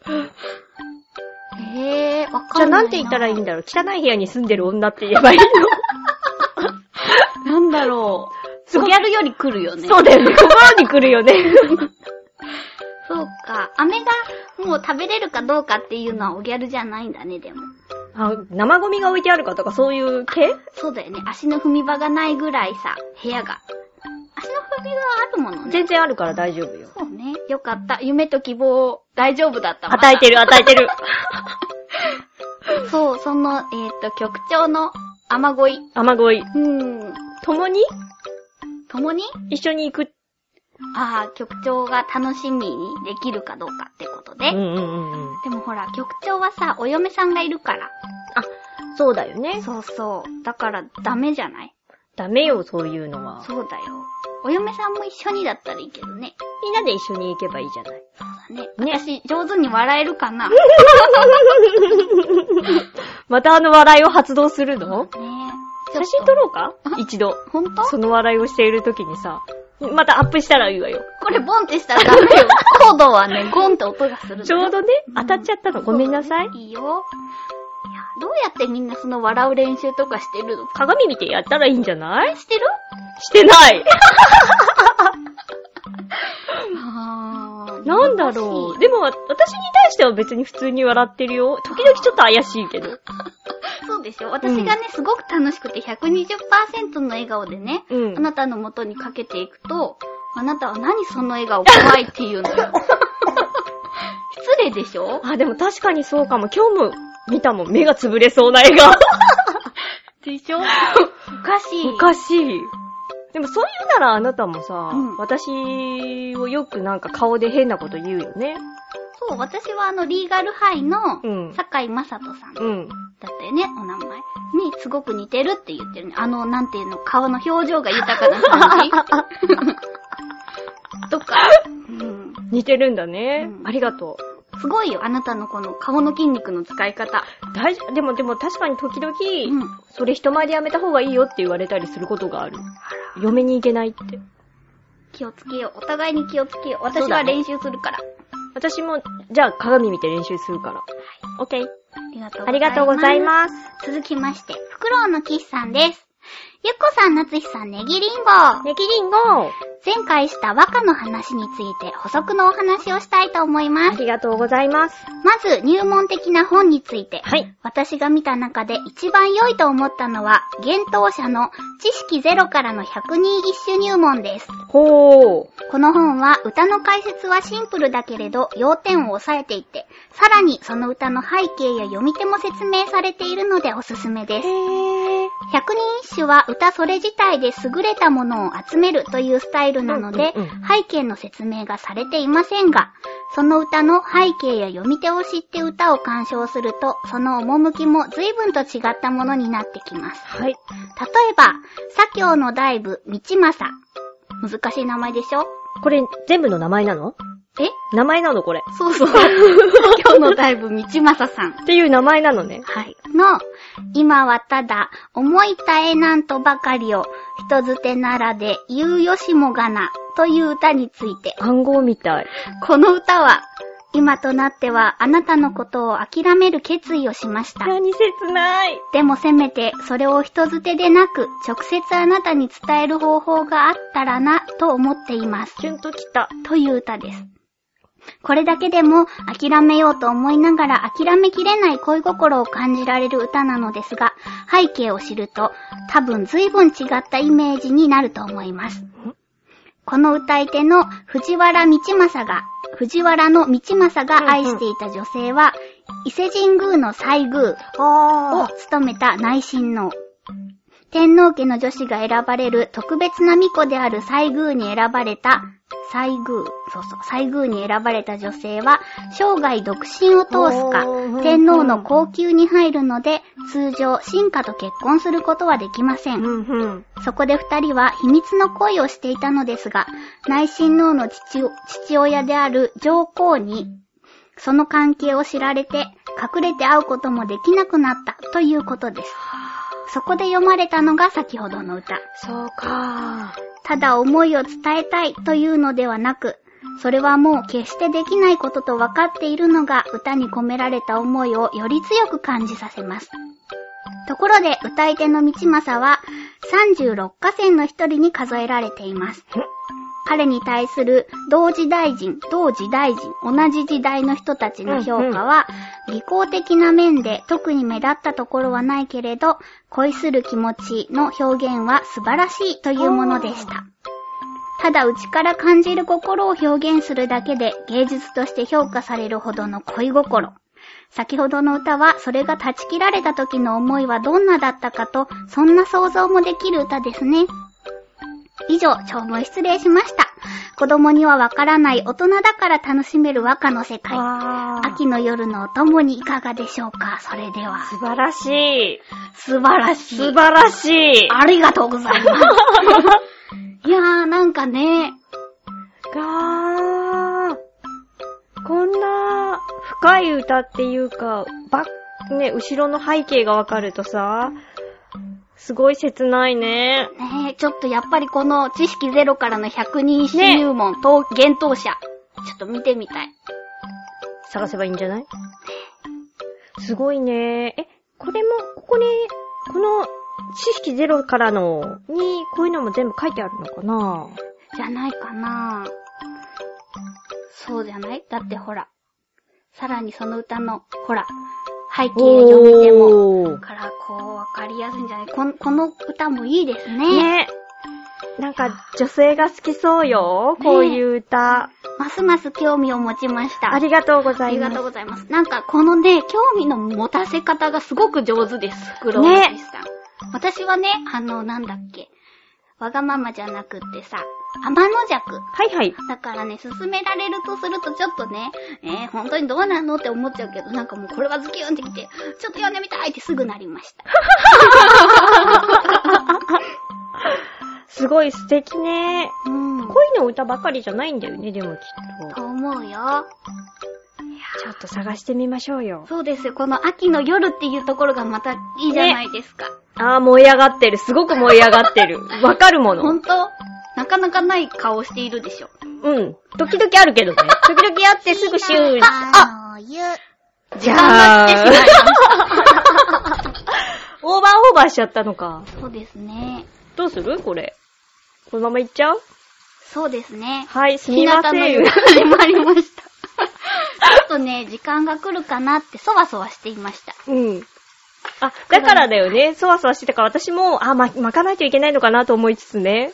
B: [laughs]
A: ええー、わ
B: じゃ
A: か
B: あ
A: んな
B: ないんて言ったらいいんだろう。汚い部屋に住んでる女って言えばいい
A: なんだろう。おギャルより来るよ
B: [laughs]
A: ね。
B: の。そうだよね。心に来るよ [laughs] ね。
A: そうか。飴がもう食べれるかどうかっていうのはおギャルじゃないんだね、でも。
B: あ、生ゴミが置いてあるかとかそういう系
A: そうだよね。足の踏み場がないぐらいさ、部屋が。足の踏み場はあるものね。
B: 全然あるから大丈夫よ。
A: そうね。よかった。夢と希望を大丈夫だった。
B: 与えて
A: る。 [laughs]
B: る、与えてる。
A: そう、その、えっ、と、局長の雨乞い。
B: 雨乞い。
A: うん。
B: 共に
A: 共に
B: 一緒に行く。
A: ああ、局長が楽しみにできるかどうかってことで。
B: うんうんうんうん。
A: でもほら、局長はさ、お嫁さんがいるから。
B: そうだよね。
A: そうそう。だから、ダメじゃない
B: ダメよ、そういうのは。
A: そうだよ。お嫁さんも一緒にだったらいいけどね。
B: みんなで一緒に行けばいいじ
A: [laughs]
B: ゃない。
A: そうだね。
B: ね
A: 私、上手に笑えるかな。ね
B: またあの笑いを発動する
A: [laughs]
B: の写真撮
A: ろ
B: ろ
A: [laughs]
B: うか一度。
A: う。ほんと
B: その笑いをしている時にさ、またアップしたらいいわよ。
A: これボンってしたらダメ
B: [laughs]
A: よ。コードはね、ゴンって音がするのよ
B: ちょうどね、当たっちゃったの。ごめんなさい。
A: いいよ。いや、どうやってみんなその笑う練習とかしてるの
B: 鏡見てやったらいいんじゃない
A: してる
B: してない
A: あー
B: なんだろ
A: 難
B: う。
A: しい
B: でも、私に対しては別に普通に笑ってるよ。時々ちょっと怪しいけど。
A: そうでしょ私がね、すごく楽しくて120%の笑顔でね、
B: うん
A: あなたの元にかけていくと、あなたは何その笑顔怖いっていうの
B: [laughs]
A: よ。失礼でしょ
B: あ、でも確かにそうかも。今日も見たもん。目が潰れそうな絵が。
A: でしょおかしい。
B: おかしい。でもそう言うならあなたもさ、
A: うん
B: 私をよくなんか顔で変なこと言うよね。
A: そう、私はあの、リーガルハイの
B: うん、
A: 堺井正人さんだ
B: うん。
A: ったよね、お名前。に、すごく似てるって言ってるね。あの、なんていうの、顔の表情が豊かな [laughs] 感じとか、うん。
B: 似てるんだね。
A: うん
B: ありがとう。
A: すごいよ、あなたのこの顔の筋肉の使い方。
B: 大丈夫。でもでも確かに時々、
A: うん。
B: それ人前でやめた方がいいよって言われたりすることがある。嫁に行けないって。
A: 気をつけよう。お互いに気をつけよう。
B: そ
A: 私
B: うだ
A: は
B: ね
A: 練習するから。
B: 私も、じゃあ鏡見て練習するから。オッケー。
A: あ
B: あ
A: り
B: り
A: がと
B: がと
A: う
B: う
A: ご
B: ご
A: ざ
B: ざ
A: い
B: い
A: ます。
B: ます。
A: 続きまして、フクロウのキスさんです。ゆっこさん、なつひさん、ネギリンゴ。
B: ネギリンゴ。
A: 前回した和歌の話について補足のお話をしたいと思いま
B: あ
A: す。
B: りがとうございます。
A: まず、入門的な本について。
B: はい。
A: 私が見た中で一番良いと思ったのは、幻冬者の知識ゼロからの百人一首入門です。
B: ほー。
A: この本は歌の解説はシンプルだけれど要点を押さえていて、さらにその歌の背景や読み手も説明されているのでおすすめです。
B: へー。
A: 百人一首は歌それ自体で優れたものを集めるというスタイルなので
B: うんうんう、
A: 背景の説明がされていませんが、その歌の背景や読み手を知って歌を鑑賞すると、その趣も随分と違ったものになってきます。
B: は
A: 例
B: い。
A: えば、左京の大部、道政。難しい名前でしょ
B: これ、全部の名前なの
A: え
B: 名前なのこれ。
A: そう
B: [laughs]
A: そう。今日のだいぶ道正さん。
B: っていう名前なのね。
A: はい。の、今はただ、思い絶えなんとばかりを、人づてならで言うよしもがな、という歌について。
B: 暗号みたい。
A: この歌は、今となってはあなたのことを諦める決意をしました。
B: 何切ない。
A: でもせめて、それを人づてでなく、直接あなたに伝える方法があったらな、と思っています。
B: キュンときた。
A: という歌です。これだけでも諦めようと思いながら諦めきれない恋心を感じられる歌なのですが、背景を知ると多分随分違ったイメージになると思います。この歌い手の藤原道正が、藤原の道正が愛していた女性は、伊勢神宮の西宮を
B: あ
A: 務めた内親王。天皇家の女子が選ばれる特別な巫女である西宮に選ばれた、西宮、そうそう、西宮に選ばれた女性は、生涯独身を通すか
B: おー、
A: 天皇の高級に入るので、通常、進化と結婚することはできませ。
B: うんんうん。
A: そこで二人は秘密の恋をしていたのですが、内親王の父を父親である上皇に、その関係を知られて、隠れて会うこともできなくなったということです。そこで読まれたのが先ほどの歌。
B: そうか
A: ただ思いを伝えたいというのではなく、それはもう決してできないことと分かっているのが歌に込められた思いをより強く感じさせます。ところで歌い手の道政は36歌線の一人に数えられています。彼に対する同時代人、同時代人、同じ時代の人たちの評価は、技巧的な面で特に目立ったところはないけれど、恋する気持ちの表現は素晴らしいというものでした。ただ内から感じる心を表現するだけで芸術として評価されるほどの恋心。先ほどの歌はそれが断ち切られた時の思いはどんなだったかと、そんな想像もできる歌ですね。以上、長文失礼しました。子供にはわからない大人だから楽しめる和歌の世界。
B: わー
A: 秋の夜のお供にいかがでしょうかそれでは、
B: 素晴らしい。
A: 素晴らし
B: 素
A: い。
B: 晴らしい。
A: ありがとうござい [laughs] ます。いやー、なんかね、
B: がー。こんな深い歌っていうか、ば、ね、後ろの背景がわかるとさ、すごい切ないね。
A: ねちょっとやっぱりこの知識ゼロからの100人一首入門と、幻冬者、ちょっと見てみたい。
B: 探せばいいんじゃないすごいね。え、これも、ここに、この、知識ゼロからの、に、こういうのも全部書いてあるのかな
A: じゃないかなそうじゃないだってほら、さらにその歌の、ほら、背景を読みても、
B: おー
A: からこう、わかりやすいんじゃないこんこの歌もいいですね。
B: ね。なんか、女性が好きそうよ。こういう歌。
A: ますます興味を持ちました。
B: ありがとうござ
A: あ
B: い
A: り
B: ま
A: が
B: す
A: とう。ございます。なんか、このね、興味の持たせ方がすごく上手です。黒木さん。
B: ね
A: 私はね、あの、なんだっけ。わがままじゃなくってさ、天の弱。
B: はいはい。
A: だからね、勧められるとするとちょっとね、えー、本当にどうなのって思っちゃうけど、なんかもうこれはズキュンってきて、ちょっと読んでみたいってすぐなりました。
B: すごい素敵ね。
A: うん。
B: 恋の歌ばかりじゃないんだよね、でもきっと。
A: と思うよ。
B: ちょっと探してみましょうよ。
A: そうですよ。この秋の夜っていうところがまたいいじゃないですか。
B: あー、燃え上がってる。すごく燃え上がってる。わかるも
A: ほ
B: の。
A: んとなかなかない顔しているでしょ。
B: うん。時々ある [laughs] けどね。時々あってすぐシュー。あ
A: あゆ
B: じ
A: が
B: ゃ
A: っ
B: あ
A: てしまいまし、
B: [laughs] オーバーオーバーしちゃったのか。
A: た。そうですね。
B: どうするこれ。このままいっちゃう
A: そうですね。
B: はい、すみませ
A: の
B: ん。
A: 夜が始まりました。ちょっとね、時間が来るかなってそわそわしていました。
B: うん。あ、だからだよね。そわそわしてたから私も、あ、ま、巻かないといけないのかなと思いつつね。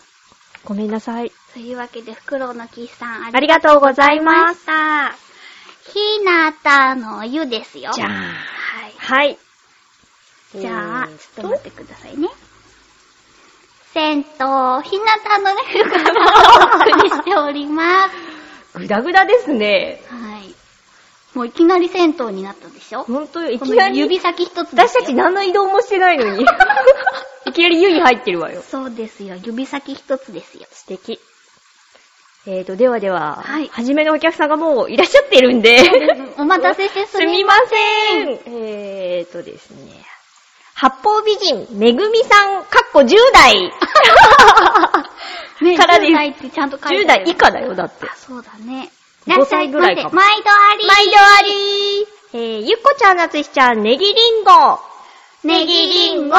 B: ごめんなさい。
A: というわけで、フクロウのキスさん、あ
B: あ
A: り
B: り
A: がと
B: がとうございう
A: ござい
B: ま。
A: ますした。ひなたの湯ですよ。
B: じゃ
A: は
B: あ。
A: い。
B: はい。
A: じゃあ、
B: えー
A: ちょっと待ってくださいね。銭湯、ひなたの湯からお送りしております。
B: ぐだぐだですね。
A: はい。もういきなり銭湯になったでしょ
B: ほんと、い
A: こ
B: き
A: の
B: なり。
A: 指先一つです
B: 私
A: よ
B: たち何の移動もしてない
A: [laughs]
B: のに。いきなり湯に入ってるわよ。
A: そうですよ。指先一つですよ。
B: 素敵。えーと、ではでは、
A: はい
B: 初めのお客さんがもういらっしゃってるんで。
A: お待たせしてす
B: すみ
A: み
B: ま
A: ま
B: せん。えーとですね。八方美人、めぐみさん、かっこ10代。 [laughs]
A: せん。ね、
B: からです
A: 10代ってちゃんと書い
B: 10
A: てある
B: 代以下だよ、だって。
A: あ、そうだね。
B: 5歳ぐらいかも
A: 毎度あり。
B: 毎度ありえー、ゆっこちゃん、なつひちゃん、ねぎりんご。
A: ネギリ
B: [laughs]
A: ンゴ。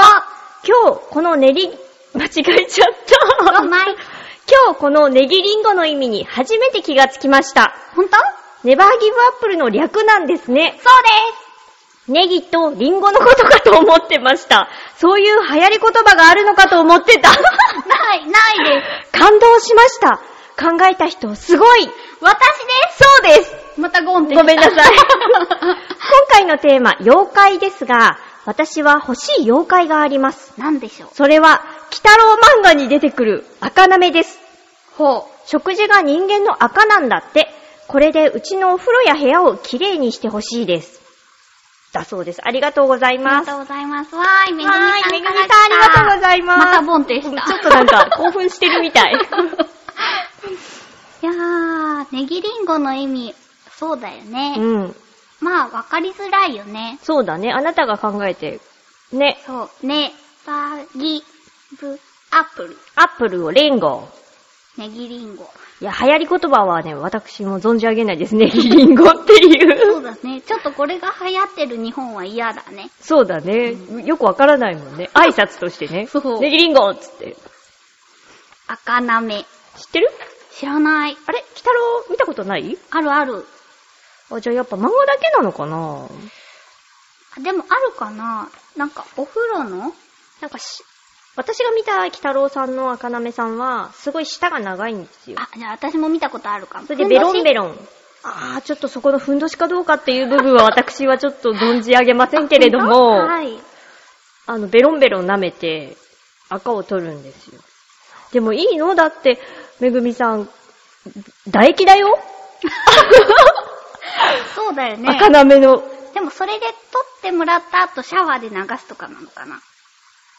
B: 今日、このねり、 [laughs] 間違えちゃった。
A: うまい。
B: 今日、このねぎりんごの意味に初めて気がつきました。
A: ほんと
B: ネバーギブアップルの略なんですね。
A: そうで
B: ネギとリンゴのことかと思ってました。そういう流行り言葉があるのかと思ってた。 [laughs]
A: す。ない、ないです。 [laughs]
B: 感動しました。考えた人、すごい。
A: 私です。
B: そうです。
A: またゴンって。
B: ごめんな
A: [laughs]
B: さい。今回のテーマ、妖怪ですが、私は欲しい妖怪があります。
A: なんでしょう。
B: それは、北郎漫画に出てくる赤なめです。
A: ほ。
B: 食事が人間の赤なんだって。これでうちのお風呂や部屋をきれいにしてほしいです。だそうです。ありがとうございう
A: あ
B: ま
A: り
B: す。
A: が
B: は
A: とうございます。わーい、めぐみさんから来た。
B: ーい、めぐみさんありがとうございます。
A: またボンってした。
B: ちょっとな
A: [laughs]
B: んか興奮してるみたい。
A: いやー、ネギリンゴの意味、そうだよね。
B: うん。
A: まあ、わかりづらいよね。
B: そうだね。あなたが考えて、ね、
A: そう。ネバギブアップル。
B: アップルをレンゴ。
A: ネギリンゴ。
B: いや、流行り言葉はね、私も存じ上げないですね。リンゴってい。
A: そううだね。ちょっとこれが流行ってる日本は嫌だね。
B: [laughs] そうだね。よくわからないもんね。挨拶としてね。
A: そう
B: ネギリンゴっつって。
A: 赤なめ。
B: 知ってる
A: 知らない。
B: あれ北郎見たことない
A: あるある。
B: あ、じゃあやっぱ漫画だけなのかな
A: あでもあるかななんか、お風呂の
B: なんかし、私が見た北郎さんの赤なめさんは、すごい舌が長いんですよ。
A: あ、じゃあ私も見たことあるかも。
B: それでベロンベ
A: ロ
B: ロン。あー、ちょっとそこのふんどしかどうかっていう部分は私はちょっと存じ上げませんけれども、
A: はい。
B: あの、ベロンベロン舐めて、赤を取るんですよ。でもいいのだって、めぐみさん、唾液だよ、
A: そうだよね。
B: 赤なめの。
A: でもそれで取ってもらった後シャワーで流すとかなのかな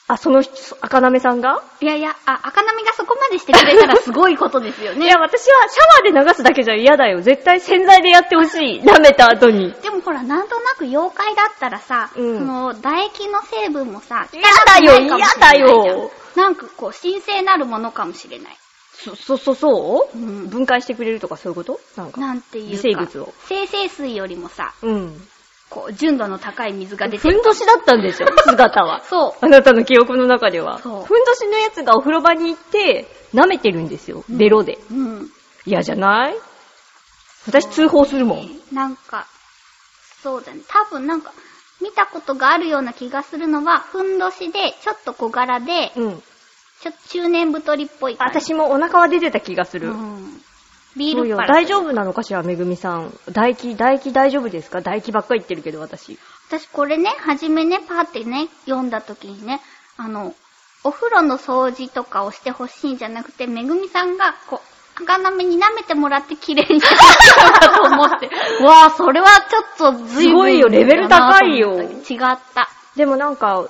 B: あ、その人、赤なめさんが、
A: いやいや、あ、赤波がそこまでしてくれたらすごいことですよ
B: い
A: ね。 [laughs]
B: や、私はシャワーで流すだけじゃ嫌だよ。絶対洗剤でやってほしい。舐めた後に。
A: でもほら、なんとなく妖怪だったらさ、
B: うん
A: その、唾液の成分もさ、
B: 嫌だよ
A: 汚くないかもしれないじゃん
B: 嫌だよ。
A: なんかこう、神聖なるものかもしれない。
B: そ、そ、そ、そう、
A: うん
B: 分解してくれるとかそういうことなんか。
A: なんていうか。
B: 微生物を
A: 生成水よりもさ、
B: うん。
A: こう、純度の高い水が出て
B: ふん
A: る。
B: どしだったんで [laughs] しょ姿は。
A: そ
B: あなたの記憶の中では。ふん
A: そ
B: ど
A: う
B: しのやつがお風呂場に行って、舐めてるんですよ。ベロで。
A: う。うん。
B: 嫌じゃない私通報するもん。
A: なんか、そうだね。多分なんか、見たことがあるような気がするのは、ふんどしで、ちょっと小柄で、
B: うん。
A: ちょっと中年太りっぽい感じ。
B: 私もお腹は出てた気がする。
A: うん。ビ
B: そ
A: ー
B: う
A: ル
B: よ
A: っ腹。
B: 大丈夫なのかしら、めぐみさん。唾液、唾液大丈夫ですか唾液ばっかり言ってるけど、私。
A: 私これね、はじめね、パーってね、読んだ時にね、あの、お風呂の掃除とかをしてほしいんじゃなくて、めぐみさんが、こう、赤なめに舐めてもらって綺麗に [laughs] してほしいんだと思って。 [laughs] わあ、それはちょっと随分
B: すごいよレベル高いよ
A: だなと思ったけど違った。
B: でもなんか、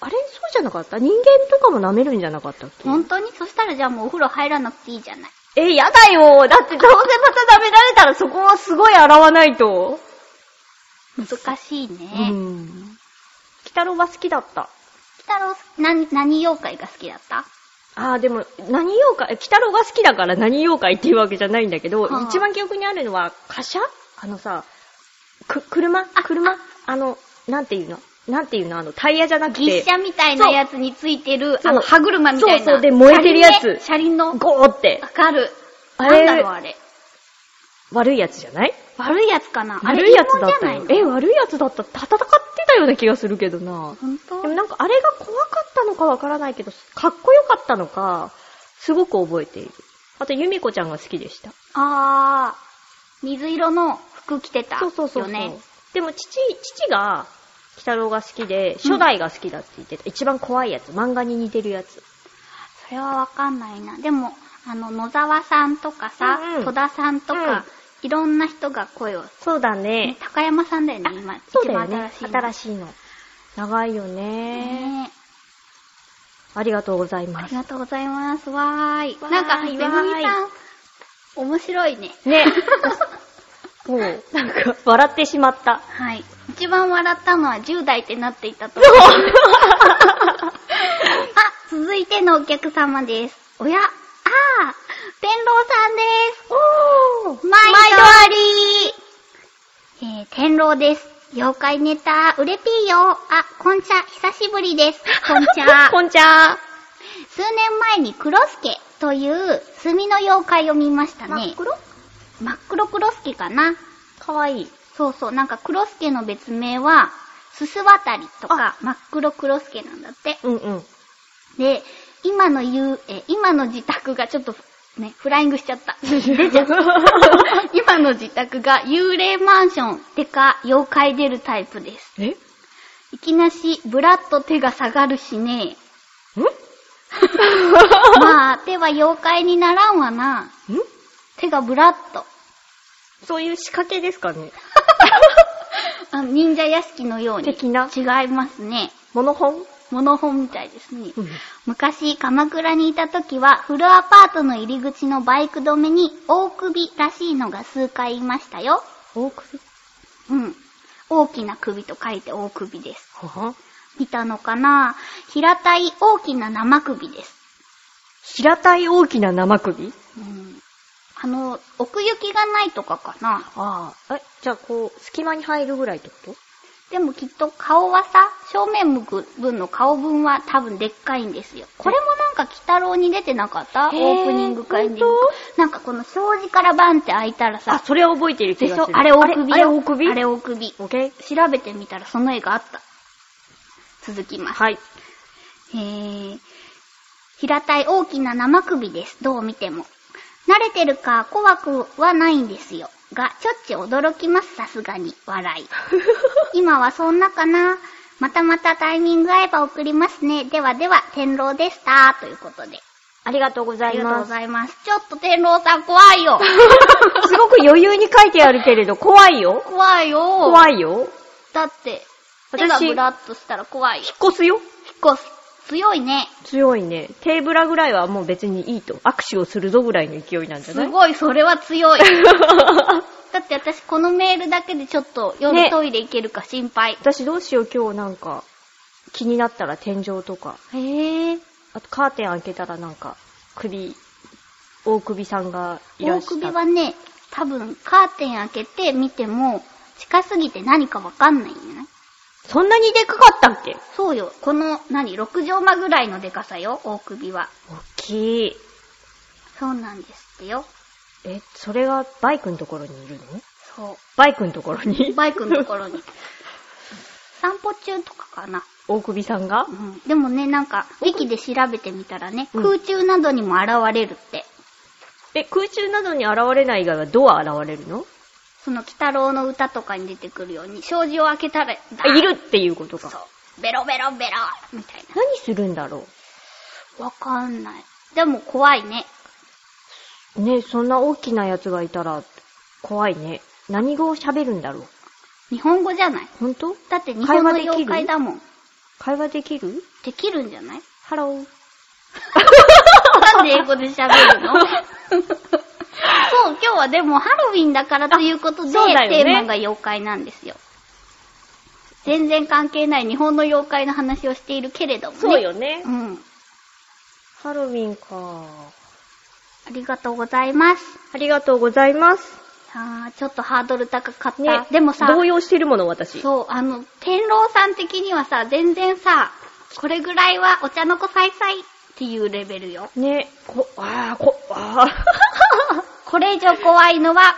B: あれそうじゃなかった人間とかも舐めるんじゃなかったっけ
A: 本当にそしたらじゃあもうお風呂入らなくていいじゃない。
B: え、やだよだってどうせまた舐められたらそこはすごい洗わないと。
A: 難しいね。
B: うん。北郎は好きだった。
A: 北郎、何、何妖怪が好きだった
B: ああ、でも、何妖怪、北郎が好きだから何妖怪っていうわけじゃないんだけど、
A: はあ
B: 一番記憶にあるのは、貨車あのさ、く、車車あの、なんていうのなんていうのあの、タイヤじゃなくて。
A: 牛車みたいなやつについてる、
B: そう
A: あの、歯車みたいな。
B: そうそうで燃えてるや
A: 車
B: つ
A: 輪ね車輪の、
B: ゴーって
A: わ。かる。
B: あ
A: なんだ
B: れ
A: ろう、あれ。
B: 悪いやつじゃない
A: 悪いやつかなあれ、
B: 悪いやつだっ
A: 陰
B: た
A: 謀じ
B: よ。
A: ゃない
B: え、
A: の
B: 悪いやつだった。戦ってたような気がするけどな。
A: ほんと
B: でもなんかあれが怖かったのかわからないけど、かっこよかったのか、すごく覚えている。あと、ゆみこちゃんが好きでした。
A: あー、水色の服着てた。
B: そうそうそうそう。
A: よね。
B: でも、父、父が、鬼太郎が好きで、初代が好きだって言ってた。一番怖いやつ。漫画に似てるやつ。
A: それはわかんないな。でも、あの、野沢さんとかさ、
B: うんうん
A: 戸田さんとか、いろんな人が声を、
B: そうだね。
A: 高山さんだよね、今。
B: そうだよね。
A: 一番新
B: 新
A: し
B: しいの。長いよ
A: い。
B: ね。
A: ね
B: ありがとうござい
A: あ
B: ま
A: り
B: す。
A: がとうございます。わーい。
B: わーい
A: なんか、めぐみ
B: わーい
A: さん、面白いね。
B: ね。もう、なんか、笑ってしまった。
A: [laughs] はい。一番笑ったのは10代ってなってい
B: [laughs]
A: たと思う。 [laughs] あ、続いてのお客様です。おや、あー、ペンロウさんです。
B: おー
A: 毎度ありえー、天狼です。妖怪ネタ、うれぴーよ。あ、こんちゃ、久しぶりです。こんちゃ。
B: こんちゃ
A: 数年前にクロスケという墨の妖怪を見ましたね。
B: ー。真っ黒
A: 真っ黒クロスケかな。
B: かわいい。
A: そうそう、なんかクロスケの別名は、すすわたりとか、真っ黒クロスケなんだって。
B: うん [laughs] うん。
A: で、今の言う、え、今の自宅がちょっと、ね、フライングしちゃ
B: [laughs]
A: った。出ちゃった。今の自宅が幽霊マンションてか妖怪出るタイプです。
B: えん
A: いきなし、ブラッと手が下がるし
B: [laughs]
A: ね。まあ、手は妖怪にならんわな。
B: ん
A: 手がブラッと。
B: そういう仕掛けですかね。
A: あ忍者屋敷のように。
B: 的な
A: 違いますね。
B: モノホン
A: モノホンみたいですね。
B: うん
A: 昔、鎌倉にいた時は、フルアパートの入り口のバイク止めに、大首らしいのが数回いましたよ。
B: 大首
A: うん。大きな首と書いて大首です。
B: はは
A: 見たのかな平たい大きな生首です。
B: 平たい大きな生首
A: うん。あの、奥行きがないとかかな。
B: ああ。え、じゃあこう、隙間に入るぐらいってこと
A: でもきっと顔はさ、正面向く分の顔分は多分でっかいんですよ。これもなんか鬼太郎に出てなかったオ
B: へー
A: ープニングかエンディングか
B: 本
A: なんかこの障子からバンって開いたら
B: あ、
A: さ、
B: それは覚えてる気
A: で
B: が
A: し
B: す
A: ょ
B: る。
A: あれ大首よ
B: あれ大首
A: あれ大首。
B: オッケー
A: 調べてみたらその絵があった。続きます。
B: はい。
A: えー、平たい大きな生首です。どう見ても。慣れてるか怖くはないんですよ。が、ちょっち驚きます。さすがに。笑い。今はそんなかな。またまたタイミング合えば送りますね。ではでは、天狼でした。ということで。
B: [laughs] ありがとうござ
A: あ
B: い
A: りがとう
B: ま
A: ご
B: す。
A: ざいます。ちょっと天狼さん怖いよ。
B: すごく余裕に書いてあるけれど、怖いよ。
A: 怖いよ。
B: 怖いよ。
A: だって、
B: 私
A: 手がブラッとしたら怖いよ。
B: 引っ越すよ。
A: 引っ越す。強いね。
B: 強いね。テーブラぐらいはもう別にいいと。握手をするぞぐらいの勢いなんじゃ
A: す
B: ない
A: ごい、それは強い。
B: [laughs]
A: だって私このメールだけでちょっと夜
B: ね
A: トイレ行けるか心配。
B: 私どうしよう今日なんか、気になったら天井とか、
A: へぇー。
B: あとカーテン開けたらなんか、首、大首さんがいら
A: 大
B: っしゃ
A: 首
B: った。
A: はね、多分カーテン開けて見ても近すぎて何かわかんないんじゃない
B: そんなにでかかったっけ
A: そうよ。この、何、6畳間ぐらいのデカさよ、大首は。
B: 大きい。
A: そうなんですってよ。
B: え、それがバイクのところにいるの
A: そ
B: バイクのところに
A: う。バイクのところに。散歩中とかかな。
B: [laughs] 大首さんが
A: うん。でもね、なんか、駅で調べてみたらね、
B: うん
A: 空中などにも現れるって。
B: え、空中などに現れない以外はどう現れるの
A: その、鬼太郎の歌とかに出てくるように、障子を開けたら、
B: あいるっていうこと
A: そ
B: か。
A: う。ベロベロベロみたい
B: 何するんだろ
A: な。わかんない。でも怖いね。
B: うねそんな大きなやつがいたら、怖いね。何語を喋るんだろう
A: 日本語じゃない
B: 本当
A: だって日本の
B: 会話できる
A: 妖怪だもん。
B: 会話できる
A: できるんじゃない
B: ハロー。
A: なんで英語で喋るのそう、今日はでもハロウィンだからということで、
B: そうだよ
A: テ
B: ね
A: ーマが妖怪なんですよ。全然関係ない日本の妖怪の話をしているけれどもね。
B: [laughs] そうよね
A: う。ん。
B: ハロウィンか。
A: ありがとうございます。
B: ありがとうございます。
A: さあ、ちょっとハードル高かった。
B: ね、
A: でもさ、
B: 動揺してるもの、私。
A: そう、あの、天狼さん的にはさ、全然さ、これぐらいはお
B: [laughs]
A: 茶の子さいさいっていうレベルよ。
B: ね、こ、あー、こ、あー。
A: これ以上怖いのは、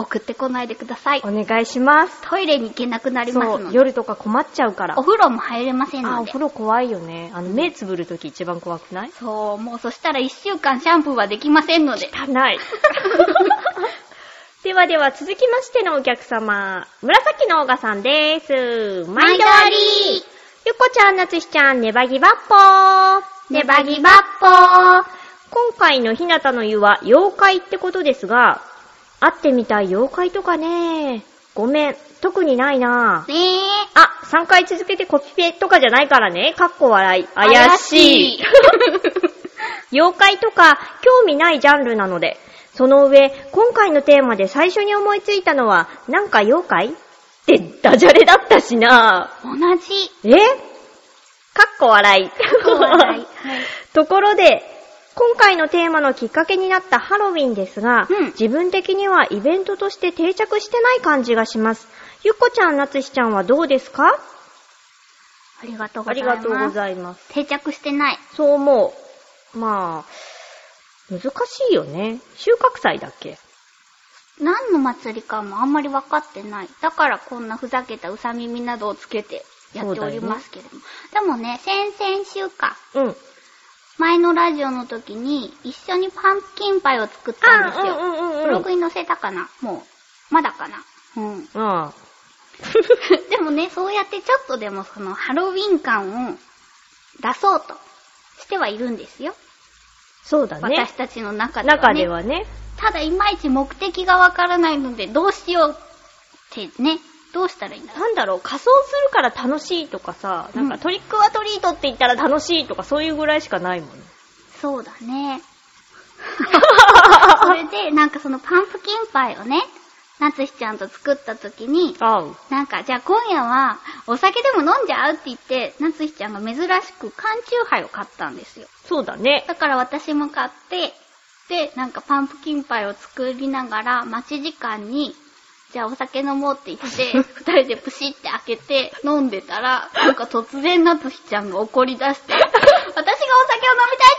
A: 送ってこないでください。
B: お願いします。
A: トイレに行けなくなります
B: そ
A: の
B: う、
A: で。
B: 夜とか困っちゃうから
A: お。風呂も入れません
B: あ、
A: の
B: お
A: で
B: 風。呂怖いよね。あの、目つぶるとき一番怖くない
A: そう、もうそしたら一週間シャンプーはできませんので。
B: ない。ではでは続きましてのお客様、紫のオーガさんです。毎度ありゆっこちゃん、なつしちゃん、ネバギバッポー
A: ネバギバッポー。
B: 今回のひなたの湯は妖怪ってことですが、会ってみたい妖怪とかねごめん、特にないな
A: ねえ。
B: あ、3回続けてコピペとかじゃないからね。かっこ笑い。怪しい。妖怪とか興味ないジャンルなので。その上、今回のテーマで最初に思いついたのは、なんか妖怪ってダジャレだったしな
A: 同じ。
B: えかっこ笑い。
A: はい。
B: [laughs] ところで、今回のテーマのきっかけになったハロウィンですが、
A: うん
B: 自分的にはイベントとして定着してない感じがします。ゆっこちゃん、なつしちゃんはどうですか
A: ありがとうござ
B: あり
A: います。
B: がとうございます。
A: 定着してない。
B: そう思う。まあ、難しいよね。収穫祭だっけ
A: 何の祭りかもあんまり分かってない。だからこんなふざけたうさ耳などをつけてやっておりますけれども。でもね、先々週か。
B: うん。
A: 前のラジオの時に一緒にパンキンパイを作ったんですよ。
B: んうん
A: ブログに載せたかなもう、まだかなうん。
B: [laughs] あ
A: でもね、そうやってちょっとでもそのハロウィン感を出そうとしてはいるんですよ。
B: そうだね
A: 私。たちの中では、ね。
B: 中ではね。
A: ただいまいち目的がわからないので、どうしようってね、どうしたらいいんだろう。
B: なんだろう、仮装するから楽しいとかさ、なん
A: うん
B: かトリックはトリートって言ったら楽しいとかそういうぐらいしかないもんね。
A: そうだ
B: [laughs]
A: ね。それで、なんかそのパンプキンパイをね、なつしちゃんと作った時に、
B: あう。
A: なんか、じゃあ今夜は、お酒でも飲んじゃうって言って、なつひちゃんが珍しく缶チューハイを買ったんですよ。
B: そうだね。
A: だから私も買って、で、なんかパンプキンパイを作りながら、待ち時間に、じゃあお酒飲もうって言
B: [laughs]
A: って、二人でプシって開けて飲んでたら、なんか突然なつひちゃんが怒り出
B: [laughs]
A: して、私がお酒を飲みたいって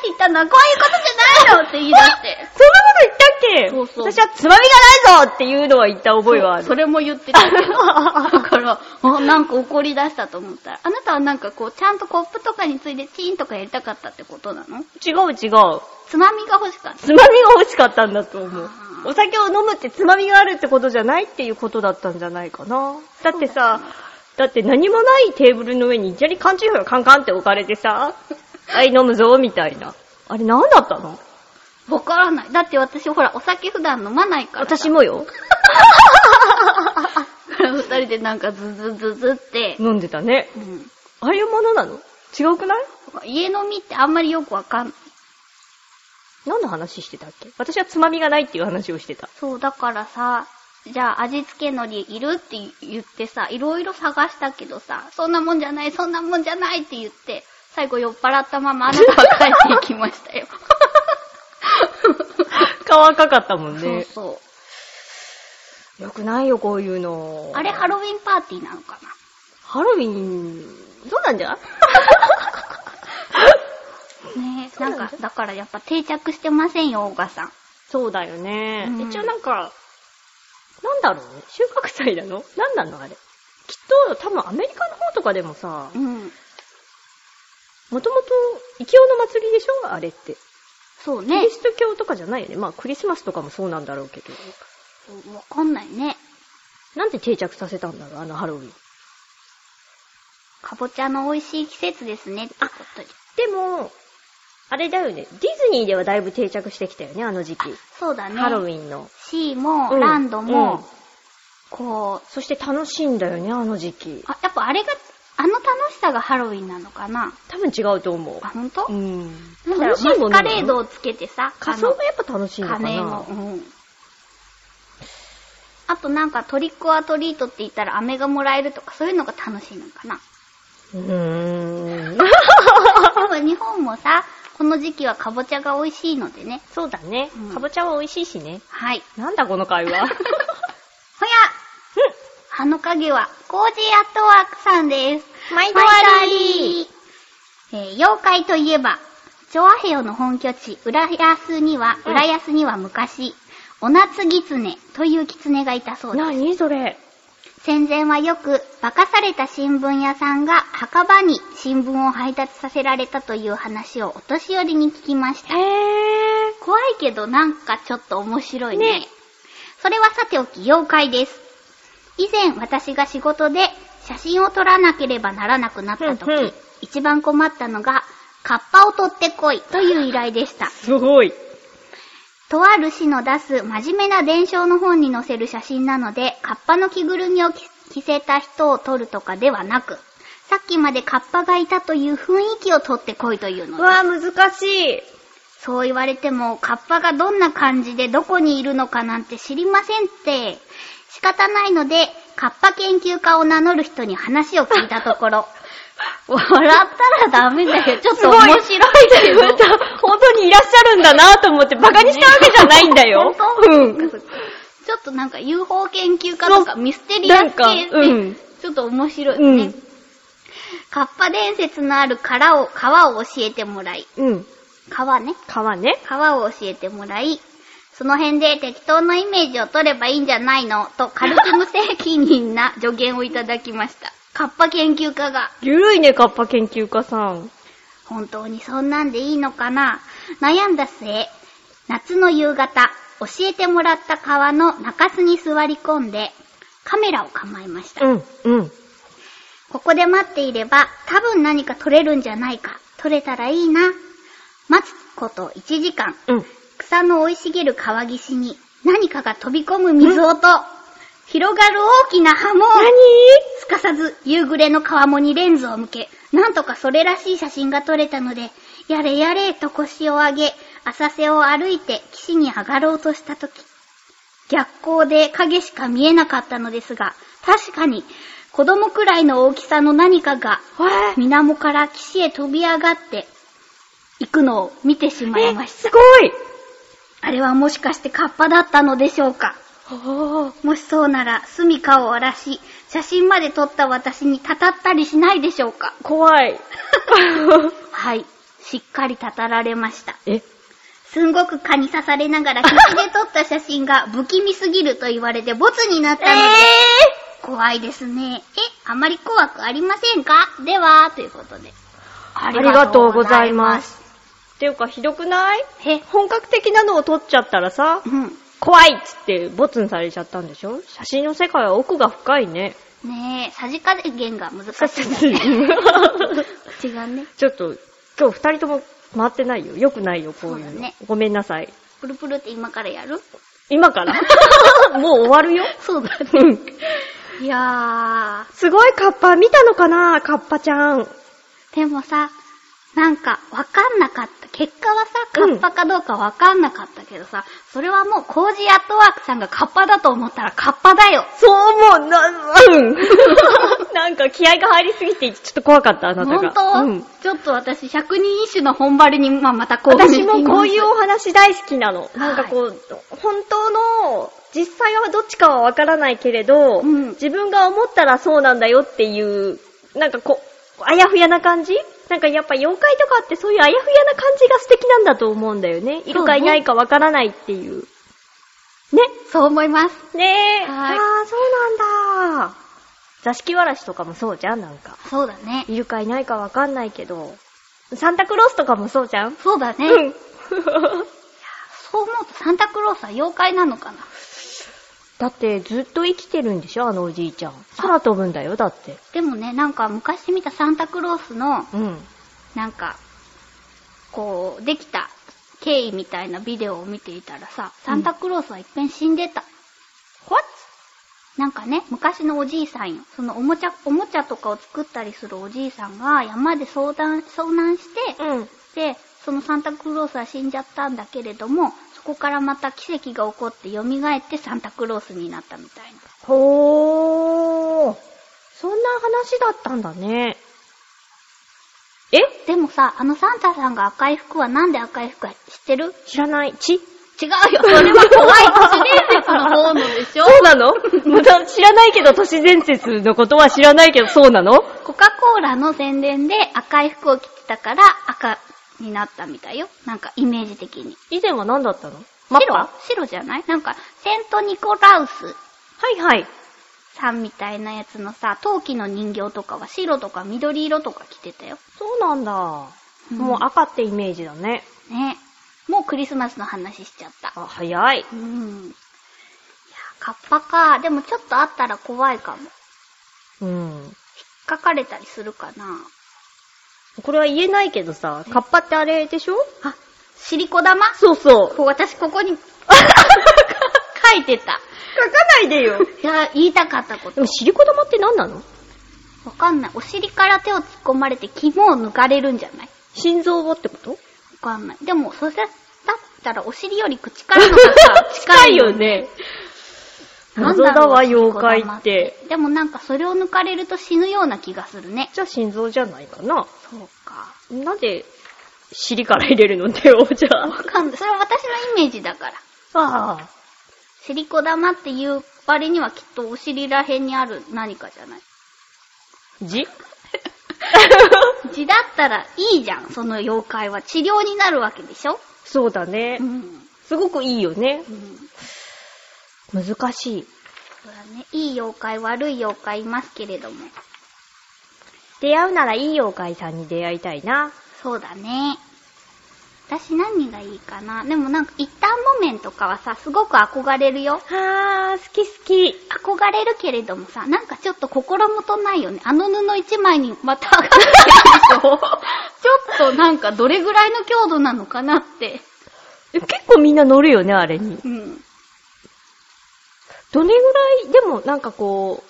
A: 言ったのはこういうことじゃないのって言い出して。
B: そんなこと言ったっけ
A: そうそう
B: 私はつまみがないぞっていうのは言った [laughs] 覚えはあ
A: そうそ
B: る。
A: れも言って
B: [laughs]
A: たけど。だから、あ、なんか怒り出したと思ったら、あなたはなんかこう、ちゃんとコップとかについてチーンとかやりたかったってことなの
B: 違う違う。
A: つまみが欲しかった。
B: つまみが欲しかったんだと思う
A: あ。ー
B: お酒を飲むってつまみがあるってことじゃないっていうことだったんじゃないかな。だってさ、だって何もないテーブルの上にいきなり缶チューハイがカンカンって置かれてさ、はい飲むぞみたいな。あれ何だったの
A: わからない。だって私ほら、お酒普段飲まないから。
B: 私もよ。
A: だから [laughs] 二人でなんかズズズズって。
B: 飲んでたね。
A: うん。
B: ああいうものなの違うくない
A: 家飲みってあんまりよくわかんない。
B: 何の話してたっけ私はつまみがないっていう話をしてた。
A: そう、だからさ、じゃあ味付け海苔いるって言ってさ、いろいろ探したけどさ、そんなもんじゃない、そんなもんじゃないって言って、最後酔っ払ったままあなたは帰っていきましたよ。
B: 乾かかったもん
A: そう
B: [laughs] ね。
A: そ
B: よくないよ、こういうの
A: う。。あれハロウィンパーティーなのかな
B: ハロウィン、そうなんじゃない
A: ねえ、
B: そう
A: な
B: なんんだ
A: か、だからやっぱ定着してませんよ、オーガさん。
B: そうだよね。
A: うん
B: 一応なんか、なんだろうね。収穫祭なのなんなのあれ。きっと、多分アメリカの方とかでもさ
A: う、ん。
B: もともと、異教の祭りでしょあれって。
A: そう
B: キ
A: ね
B: リ。スト教とかじゃないよね。まあ、クリスマスとかもそうなんだろうけど。
A: わかんないね。
B: なんで定着させたんだろうあのハロウィン。
A: かぼちゃの美味しい季節ですね、ってことで。
B: でも、あれだよね。ディズニーではだいぶ定着してきたよね、あの時期。
A: そうだね。
B: ハロウ
A: ン。
B: ィンの。
A: シーも、
B: うん
A: ランドも、
B: うん
A: こう、
B: そして楽しいんだよね、あの時期。
A: あ、やっぱあれが、あの楽しさがハロウィンなのかな
B: 多分違うと思う
A: あ、。ほんと
B: うん。
A: なんだろう、マ
B: 楽しいも
A: ス
B: んな
A: カ
B: の
A: レードをつけてさ、
B: 仮装がやっぱ楽しい
A: あ
B: の
A: の
B: かな。
A: 金を。うん。あとなんかトリックオアトリートって言ったら飴がもらえるとかそういうのが楽しいのか
B: [laughs]
A: な。
B: うーん。
A: 多分日本もさ、この時期はかぼちゃが美味しいのでね。
B: そうだね
A: うん。
B: かぼちゃは美味しいしね。
A: はい。
B: なんだこの会話。
A: ほや葉の影は、コージーアットワークさんです。
B: 毎
A: 度ありえー妖怪といえば、チョアヘヨの本拠地、浦安には、
B: うん
A: 浦安には昔、お夏狐という狐がいたそうです。
B: [laughs] 何それ。
A: 戦前はよく、化かされた新聞屋さんが墓場に新聞を配達させられたという話をお年寄りに聞きまし
B: へ
A: た。
B: え。
A: 怖いけどなんかちょっと面白いね。
B: ね
A: それはさておき妖怪です。以前私が仕事で写真を撮らなければならなくなった時、
B: うんうん
A: 一番困ったのが、カッパを撮ってこいという依頼でした。
B: すごい。
A: とある市の出す真面目な伝承の本に載せる写真なので、カッパの着ぐるみを着着せた人を撮るとかではなく、さっきまでカッパがいたという雰囲気を撮ってこいというの
B: う
A: です
B: わあ、難しい。
A: そう言われても、カッパがどんな感じでどこにいるのかなんて知りませんって。仕方ないので、カッパ研究家を名乗る人に話を聞いたところ、 [laughs] 笑
B: [laughs]
A: ったらダメだよ。ちょっと面白いけど。
B: また [laughs] 本当にいらっしゃるんだなと思って、バカにしたわけじゃないんだ [laughs] よ。
A: 本当
B: うん。
A: ちょっとなんか UFO 研究家とか
B: そう
A: ミステリアス系って、
B: うん
A: ちょっと面白いね。
B: うん
A: カッパ伝説のある殻を、川を教えてもらい、
B: うん。
A: 川ね。
B: 川ね。
A: 川を教えてもらい、その辺で適当なイメージを取ればいいんじゃないのと軽く無責任な助言をいただきました。カッパ研究家が
B: ゆるいね、カッパ研究家さん。
A: 本当にそんなんでいいのかな悩んだ末、夏の夕方、教えてもらった川の中州に座り込んで、カメラを構えました。
B: うん、うん。
A: ここで待っていれば、多分何か撮れるんじゃないか。撮れたらいいな。待つこと1時間。
B: うん。
A: 草の生い茂る川岸に何かが飛び込む水音。広がる大きな波紋。
B: 何
A: すかさず夕暮れの川面にレンズを向け、なんとかそれらしい写真が撮れたので、やれやれと腰を上げ、浅瀬を歩いて岸に上がろうとした時逆光で影しか見えなかったのですが、確かに子供くらいの大きさの何かが
B: わ
A: 水面から岸へ飛び上がって行くのを見てしまいま
B: え、
A: した
B: す。ごい
A: あれはもしかしてカッパだったのでしょうか
B: は
A: もしそうなら、住みかを荒らし、写真まで撮った私にたたったりしないでしょうか
B: ぁ、怖
A: [laughs]
B: い。
A: はい。しっかりたたられました。
B: え、
A: すんごく蚊に刺されながら必死で撮った写真が [laughs] 不気味すぎると言われてボツになったので、怖いですね。え、あまり怖くありませんかでは、ということで。あ
B: ありがとうございます。っていうか、ひどくない
A: え、
B: 本格的なのを撮っちゃったらさ
A: う、ん。
B: 怖いっつってボツにされちゃったんでしょ写真の世界は奥が深いね。
A: ねえ、さじ加減が難しいね。
B: ち
A: [laughs] 違うね。
B: ょっと、今日二人とも回ってないよ。よくないよ、こ
A: そう
B: ういう
A: だ
B: の。
A: ね
B: ごめんなさい。
A: プルプルって今からやる
B: 今から
A: [laughs]
B: もう終わるよ。
A: そうだね。
B: うん
A: いや
B: すごいカッパ見たのかなカッパちゃん。
A: ー、でもさ、なんか、わかんなかった。結果はさ、カ
B: うん
A: ッパかどうかわかんなかったけどさ、それはもう、コージーアットワークさんがカッパだと思ったらカッパだよ。
B: そう思う、な、
A: [laughs]
B: うん。なんか気合が入りすぎて、ちょっと怖かった、あなた
A: 本
B: が。
A: 当、
B: うん。
A: ちょっと私、百人一首の本張りに、まあ、またこう
B: 私もこういうお話大好きなの。
A: い
B: なんかこう、本当の、実際はどっちかはわからないけれど、
A: うん
B: 自分が思ったらそうなんだよっていう、なんかこう、あやふやな感じなんかやっぱ妖怪とかってそういうあやふやな感じが素敵なんだと思うんだよね。いるかいないかわからないっていう。ね。
A: そう思います。
B: ねえ。
A: はい
B: ああ、そうなんだ。座敷わらしとかもそうじゃん、なんか。
A: そうだね。
B: いるかいないかわかんないけど。サンタクロースとかもそうじゃん
A: そうだね。
B: うん。
A: そう思うと、サンタクロースは妖怪なのかな。
B: だってずっと生きてるんでしょあのおじいちゃん。空飛ぶんだよ、だって。
A: でもね、なんか昔見たサンタクロースの、
B: うん。
A: なんか、こう、できた経緯みたいなビデオを見ていたらさ、サンタクロースはいっぺん死んでた。
B: What?
A: なんかね、昔のおじいさんよ。そのおもちゃ、おもちゃとかを作ったりするおじいさんが山で相談、遭難して、
B: うん。
A: で、そのサンタクロースは死んじゃったんだけれども、そこからまた奇跡が起こって蘇ってサンタクロースになったみたいな。
B: ほー。そんな話だったんだね。え
A: でもさ、あのサンタさんが赤い服はなんで赤い服か知ってる
B: 知らない。血
A: 違うよ、それは [laughs] 怖い都市伝説の方のでしょ
B: そうなのまた知らないけど、都市伝説のことは知らないけど、そうなの
A: コカ・コーラの宣伝で赤い服を着てたから赤になったみたいよ。なんかイメージ的に。
B: 以前は何だったのマッパ
A: 白白じゃないなんか、セントニコラウス
B: はいはい。
A: さんみたいなやつのさ、陶器の人形とかは白とか緑色とか着てたよ。
B: そうなんだ。
A: うん
B: もう赤ってイメージだね。
A: ね。もうクリスマスの話しちゃった。
B: あ、早い。
A: うん。いや、カッパか。でもちょっとあったら怖いかも。
B: うん。
A: 書かれたりするかな。
B: これは言えないけどさ、カッパってあれでしょ
A: あ、シリコ玉
B: そうそう。
A: こう私ここに [laughs] 書いてた。
B: 書かないでよ。
A: いや、言いたかったこ
B: で
A: と
B: も、。シリコ玉って何なの
A: わかんない。お尻から手を突っ込まれて肝を抜かれるんじゃないわ
B: 心臓をってこと
A: かんない。でも、そしたらお尻より口からの方が [laughs] 近いよね。
B: ね。
A: なん
B: 謎
A: だろ
B: だ
A: う
B: わ、妖怪って。
A: でもなんかそれを抜かれると死ぬような気がするね。
B: じゃあ心臓じゃないかな。
A: そうか。
B: なんで、尻から入れるの手を、じゃ
A: わかんない。それは私のイメージだから。
B: あ。あ
A: シリコ玉っていう割にはきっとお尻らへんにある何かじゃない。
B: あ。じ
A: 血だったらいいじゃん、その妖怪は。治療になるわけでしょ
B: [laughs] そうだね
A: う。ん。
B: すごくいいよね
A: う。ん。
B: 難しい。
A: そうだね。いい妖怪、悪い妖怪いますけれども。
B: 出会うならいい妖怪さんに出会いたいな。
A: そうだね。私何がいいかな。でもなんか、一旦木綿とかはさ、すごく憧れるよ。
B: あー、好き好き。
A: 憧れるけれどもさ、なんかちょっと心もとないよね。あの布一枚にまた上がってる [laughs] でしょちょっとなんかどれぐらいの強度なのかなって。
B: 結構みんな乗るよね、あれに。
A: うん。
B: どれぐらい、でもなんかこ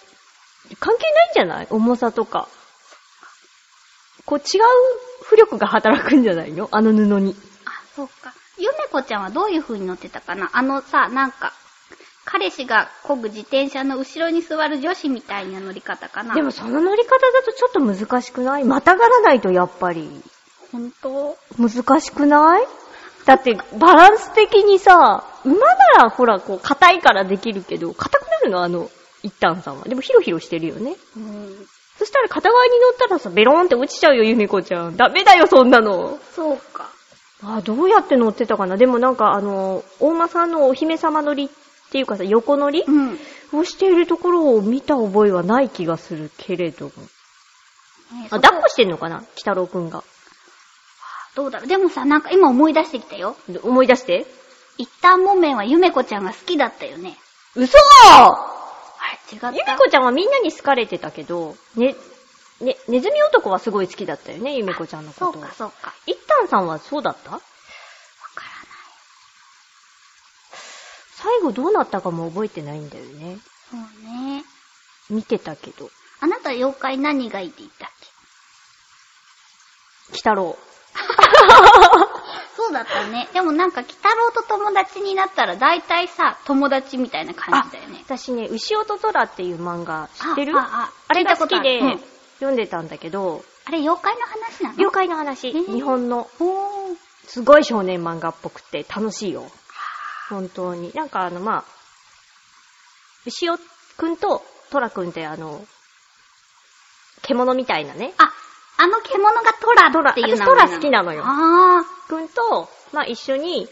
B: う、関係ないんじゃない重さとか。こう違う浮力が働くんじゃないのあの布に。
A: あ、そうか。ゆめこちゃんはどういう風に乗ってたかなあのさ、なんか、彼氏が漕ぐ自転車の後ろに座る女子みたいな乗り方かな
B: でも、その乗り方だとちょっと難しくないまたがらないとやっぱり
A: 本当
B: 難しくないだってバランス的にさ、馬ならほらこう硬いからできるけど、硬くなるのあの一旦さんは。でもヒロヒロしてるよね。
A: うん。
B: そしたら片側に乗ったらさ、ベローンって落ちちゃうよ、ゆめこちゃん。ダメだよ、そんなの。
A: そうか。
B: あ、どうやって乗ってたかなでもなんかあの、大間さんのお姫様乗りっていうかさ、横乗り
A: うん。ね
B: をしているところを見た覚えはない気がするけれども。あ、
A: そこ
B: 抱っこしてんのかな北郎くんが。
A: どうだろう。でもさ、なんか今思い出してきたよ。
B: で思い出して。
A: 一旦木綿はゆめこちゃんが好きだったよね。
B: 嘘
A: あれ、違っ
B: ゆ
A: た。
B: めこちゃんはみんなに好かれてたけど、ね、ね、ネズミ男はすごい好きだったよね、ゆめこちゃんの
A: そ
B: こ
A: う
B: とを
A: か、。そうか。わ
B: 一旦さんはそうだった
A: からない。
B: 最後どうなったかも覚えてないんだよね。
A: そうね。
B: 見てたけど。
A: あなた妖怪何がいいって言ったっけ
B: 北郎。
A: そうだったね。でもなんか、鬼太郎と友達になったら、大体さ、友達みたいな感じだよね。
B: 私ね、牛音空っていう漫画知ってる
A: あああ
B: あれが好き
A: 聞い
B: で
A: たことあるうん、
B: 読んでたんだけど、
A: あれ、妖怪の話なの
B: 妖怪の話、
A: ー
B: 日本の。
A: おー。
B: すごい少年漫画っぽくて楽しいよ。本当に。なんかあの、まあ、牛尾くんとトラくんってあの、獣みたいなね。
A: あ、あの獣がト
B: ト
A: ラ
B: ラ
A: っていう名前
B: 私トラ好きなのよ
A: あ
B: くんと、まあ一緒に、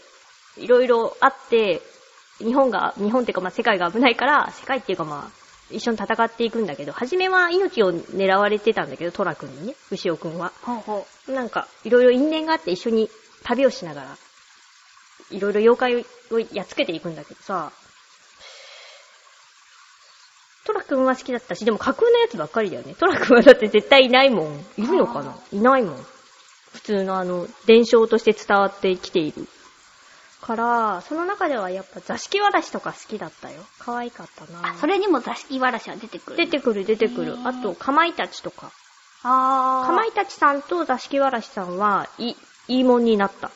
B: いろいろあって、日本が、日本っていうかまあ世界が危ないから、世界っていうかまあ、一緒に戦っていくんだけど、初めは命を狙われてたんだけど、トラくんにね、牛尾くんは。
A: ー。ほうほ
B: なんか、いろいろ因縁があって一緒に旅をしながら、いろいろ妖怪をやっつけていくんだけどさ、トラ君は好きだったし、でも架空のやつばっかりだよね。トラ君はだって絶対いないもん。いるのかないないもん。普通のあの、伝承として伝わってきている。から、その中ではやっぱ座敷わらしとか好きだったよ。可愛かった
A: う。あ
B: な、
A: それにも座敷わらしは出てくる。
B: 出てくる出てくる
A: へ。ー
B: あと、かまいたちとか。
A: あー。
B: かまいたちさんと座敷わらしさんは、い、いいもんになった。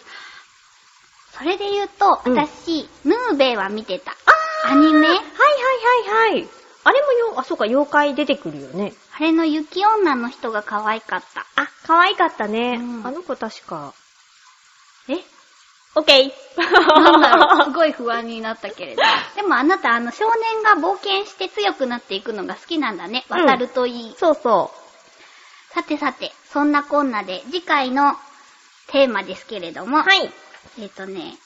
A: それで言うと、
B: うん
A: 私、ヌーベイは見てた。アニ [laughs] メ
B: はいはいはいはい。あれもよ、あ、そうか、妖怪出てくるよね。
A: あれの雪女の人が可愛かった。
B: あ、可愛かったね
A: うん
B: あの子確か。
A: [laughs] え
B: オッケー
A: なんだろう、すごい不安になったけ [laughs] れど。でもあなた、あの、少年が冒険して強くなっていくのが好きなんだね。
B: うん
A: 渡るといい。
B: [laughs] そうそ
A: さてさて、そんなこんなで、次回のテーマですけれども、
B: う。はい。
A: えっ、とね、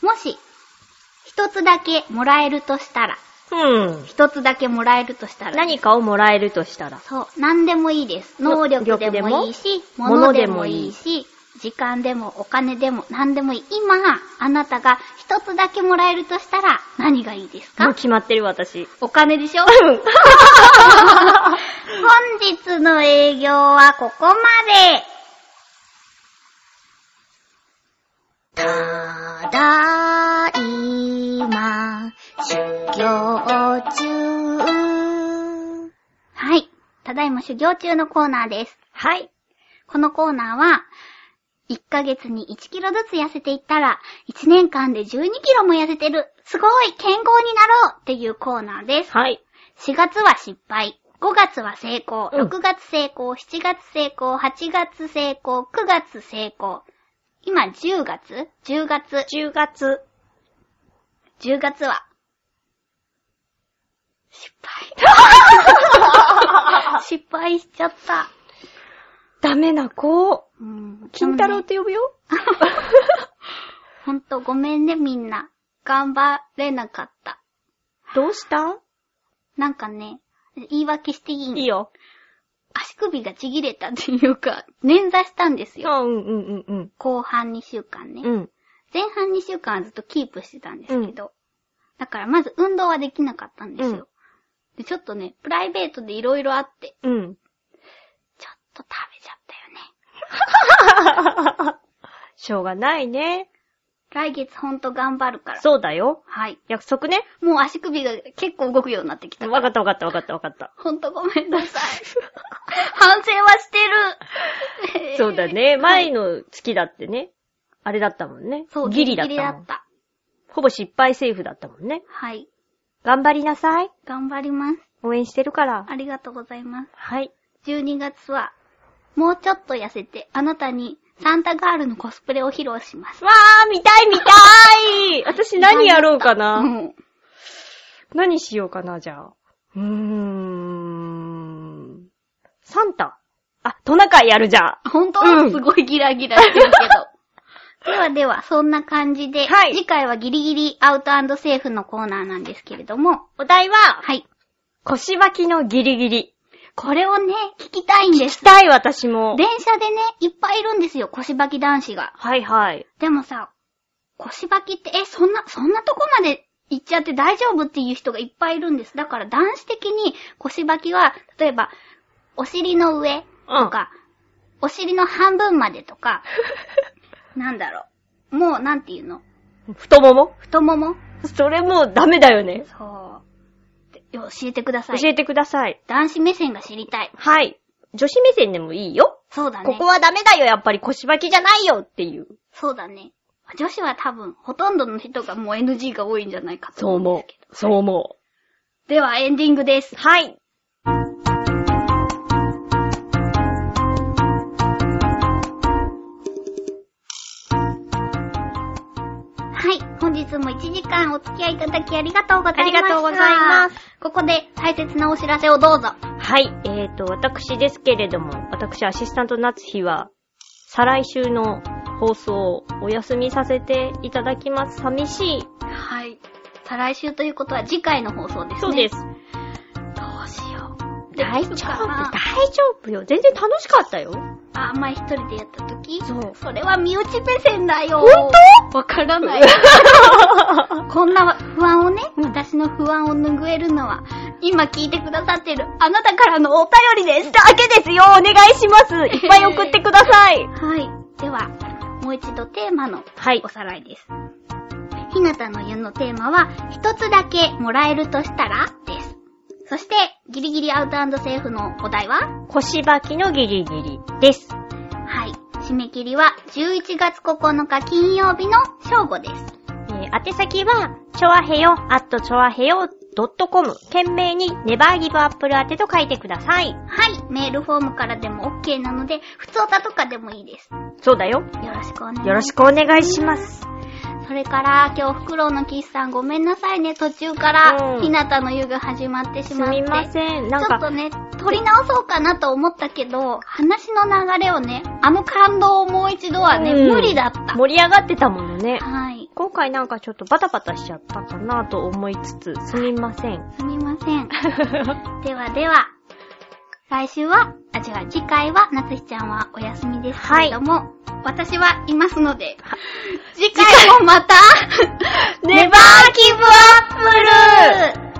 A: もし、一つだけもらえるとしたら、
B: うん。
A: 一つだけもらえるとしたら、
B: 何かをもらえるとしたら。
A: そう、何でもいいです。能力でもいいし、物でもいいし、時間でもお金でも何でもいい。今、あなたが一つだけもらえるとしたら何がいいです
B: もう
A: か
B: 決まってる [laughs] 私。
A: お金でしょ本日の営業はここまで。ただいま、修行中。はい。ただいま修行中のコーナーです。
B: はい。
A: このコーナーは、1ヶ月に1キロずつ痩せていったら、1年間で12キロも痩せてる。すごい健康になろうっていうコーナーです。
B: はい。
A: 4月は失敗。5月は成功。
B: うん
A: 6月成功。7月成功。8月成功。9月成功。今10月 ?10 月。
B: 10月。
A: 10月は。失
B: [laughs]
A: 敗。失敗しちゃった。
B: ダメな子。
A: うん。
B: 金太郎っ
A: でもね
B: て呼ぶよ。
A: ほんとごめんねみんな。頑張れなかった。
B: どうした
A: なんかね、言い訳していい
B: いいよ。
A: 足首がちぎれたっていうか、捻挫したんですよ。
B: あうんうんうん
A: 後半2週間ね。
B: うん。うん。
A: 前半2週間はずっとキープしてたんですけど、だからまず運動はできなかったんですよ。
B: うん
A: でちょっとね、プライベートでいろいろあって、
B: うん。
A: ちょっと食べちゃったよね。
B: しょうがないね。
A: 来月ほんと頑張るから。
B: そうだよ。
A: はい。
B: 約束ね。
A: もう足首が結構動くようになってきた。
B: わかったわかったわかったわかった。
A: ほんとごめんなさい。 [laughs] 反省はしてる。
B: [laughs] そうだね。前の月だってね。あれだったもんね。
A: [laughs] そう、
B: ギリだった
A: ギリだ
B: も
A: っ
B: ん。
A: た。
B: ほぼ失敗セーフだったもんね。
A: はい。
B: 頑張りなさい。
A: 頑張ります。
B: 応援してるから。
A: ありがとうございます。
B: はい。
A: 12月は、もうちょっと痩せて、あなたにサンタガールのコスプレを披露します。
B: わー、見たい見たい [laughs] 私何やろうかな、
A: うん。
B: 何しようかな、じゃあ。うーん。サンタ。あ、トナカイやるじゃん。
A: 本当、
B: うん
A: すごいギラギラしてるけど。ではでは、そんな感じで、
B: はい
A: 次回はギリギリアウトセーフのコーナーなんですけれども、
B: お題は、
A: はい。
B: 腰脇のギリギリ。
A: これをね、聞きたいんです。
B: 痛い、私も。
A: 電車でね、いっぱいいるんですよ、腰履き男子が。
B: はいはい。
A: でもさ、腰履きって、え、そんな、そんなとこまで行っちゃって大丈夫っていう人がいっぱいいるんです。だから男子的に腰履きは、例えば、お尻の上
B: うん
A: とか、お尻の半分までと
B: [laughs]
A: か、なんだろう。もう、なんていうの
B: 太もも
A: 太もも
B: [laughs] それもうダメだよね。
A: そう。で教えてください。
B: 教えてください。
A: 男子目線が知りたい。
B: はい。女子目線でもいいよ。
A: そうだね。
B: ここはダメだよ、やっぱり腰履きじゃないよっていう。
A: そうだね。女子は多分、ほとんどの人がもう NG が多いんじゃないかと
B: そう
A: 思うん
B: 思
A: ですけど。
B: う。そう思
A: では、エンディングです
B: う。。はい。
A: はい。本日も1時間お付き合いいただきありがとうございました。
B: ありがとうございます。
A: ここで大切なお知らせをどうぞ。
B: はい。えーと、私ですけれども、私アシスタント夏日は、再来週の放送をお休みさせていただきます。寂しい。
A: はい。再来週ということは次回の放送ですね。
B: そうです。。
A: どうしよう。
B: 大丈
A: できるか、
B: 夫
A: な
B: 大丈夫よ。全然楽しかったよ。
A: あ、前一人でやった時
B: そう
A: それは身内目線だよ。
B: 本
A: 当わから
B: [laughs]
A: ない。こんな不安をね、私の不安を拭えるのは、今聞いてくださってるあなたからのお便りです。
B: だけですよ。お願いします。いっぱい送ってください。
A: はい。では、もう一度テーマの
B: はい
A: お。さらいです。ひなたの湯のテーマは、一つだけもらえるとしたらです。そして、ギリギリアウトセーフのお題は
B: 腰履きのギリギリです。
A: はい。締め切りは11月9日金曜日の正午です。
B: えー宛先は、ちょあへよ、アットちょあへよ .com。懸命に、ネバーギブアップル宛てと書いてください。
A: はい。メールフォームからでも OK なので、普通歌とかでもいいです。
B: そうだよ。
A: よろしくお願いします。
B: よろしくお願いします。
A: それから、今日、フクロウのキスさんごめんなさいね。途中から、
B: うん
A: ひなたの湯が始まってし
B: す
A: まって。
B: みません。
A: ちょ
B: なん
A: っと
B: か、
A: ね、取り直そうかなと思ったけど、話の流れをね、あの感動をもう一度はね、
B: うん
A: 無理だった。
B: 盛り上がってたものね。
A: はい。
B: 今回なんかちょっとバタバタしちゃったかなと思いつつ、すみませ [laughs] ん。
A: すみません。ではでは、来週は、あ、違う、次回は、なつひちゃんはお休みですけれども、私はいますので、 [laughs] 次回もまた、ネバーギブアップル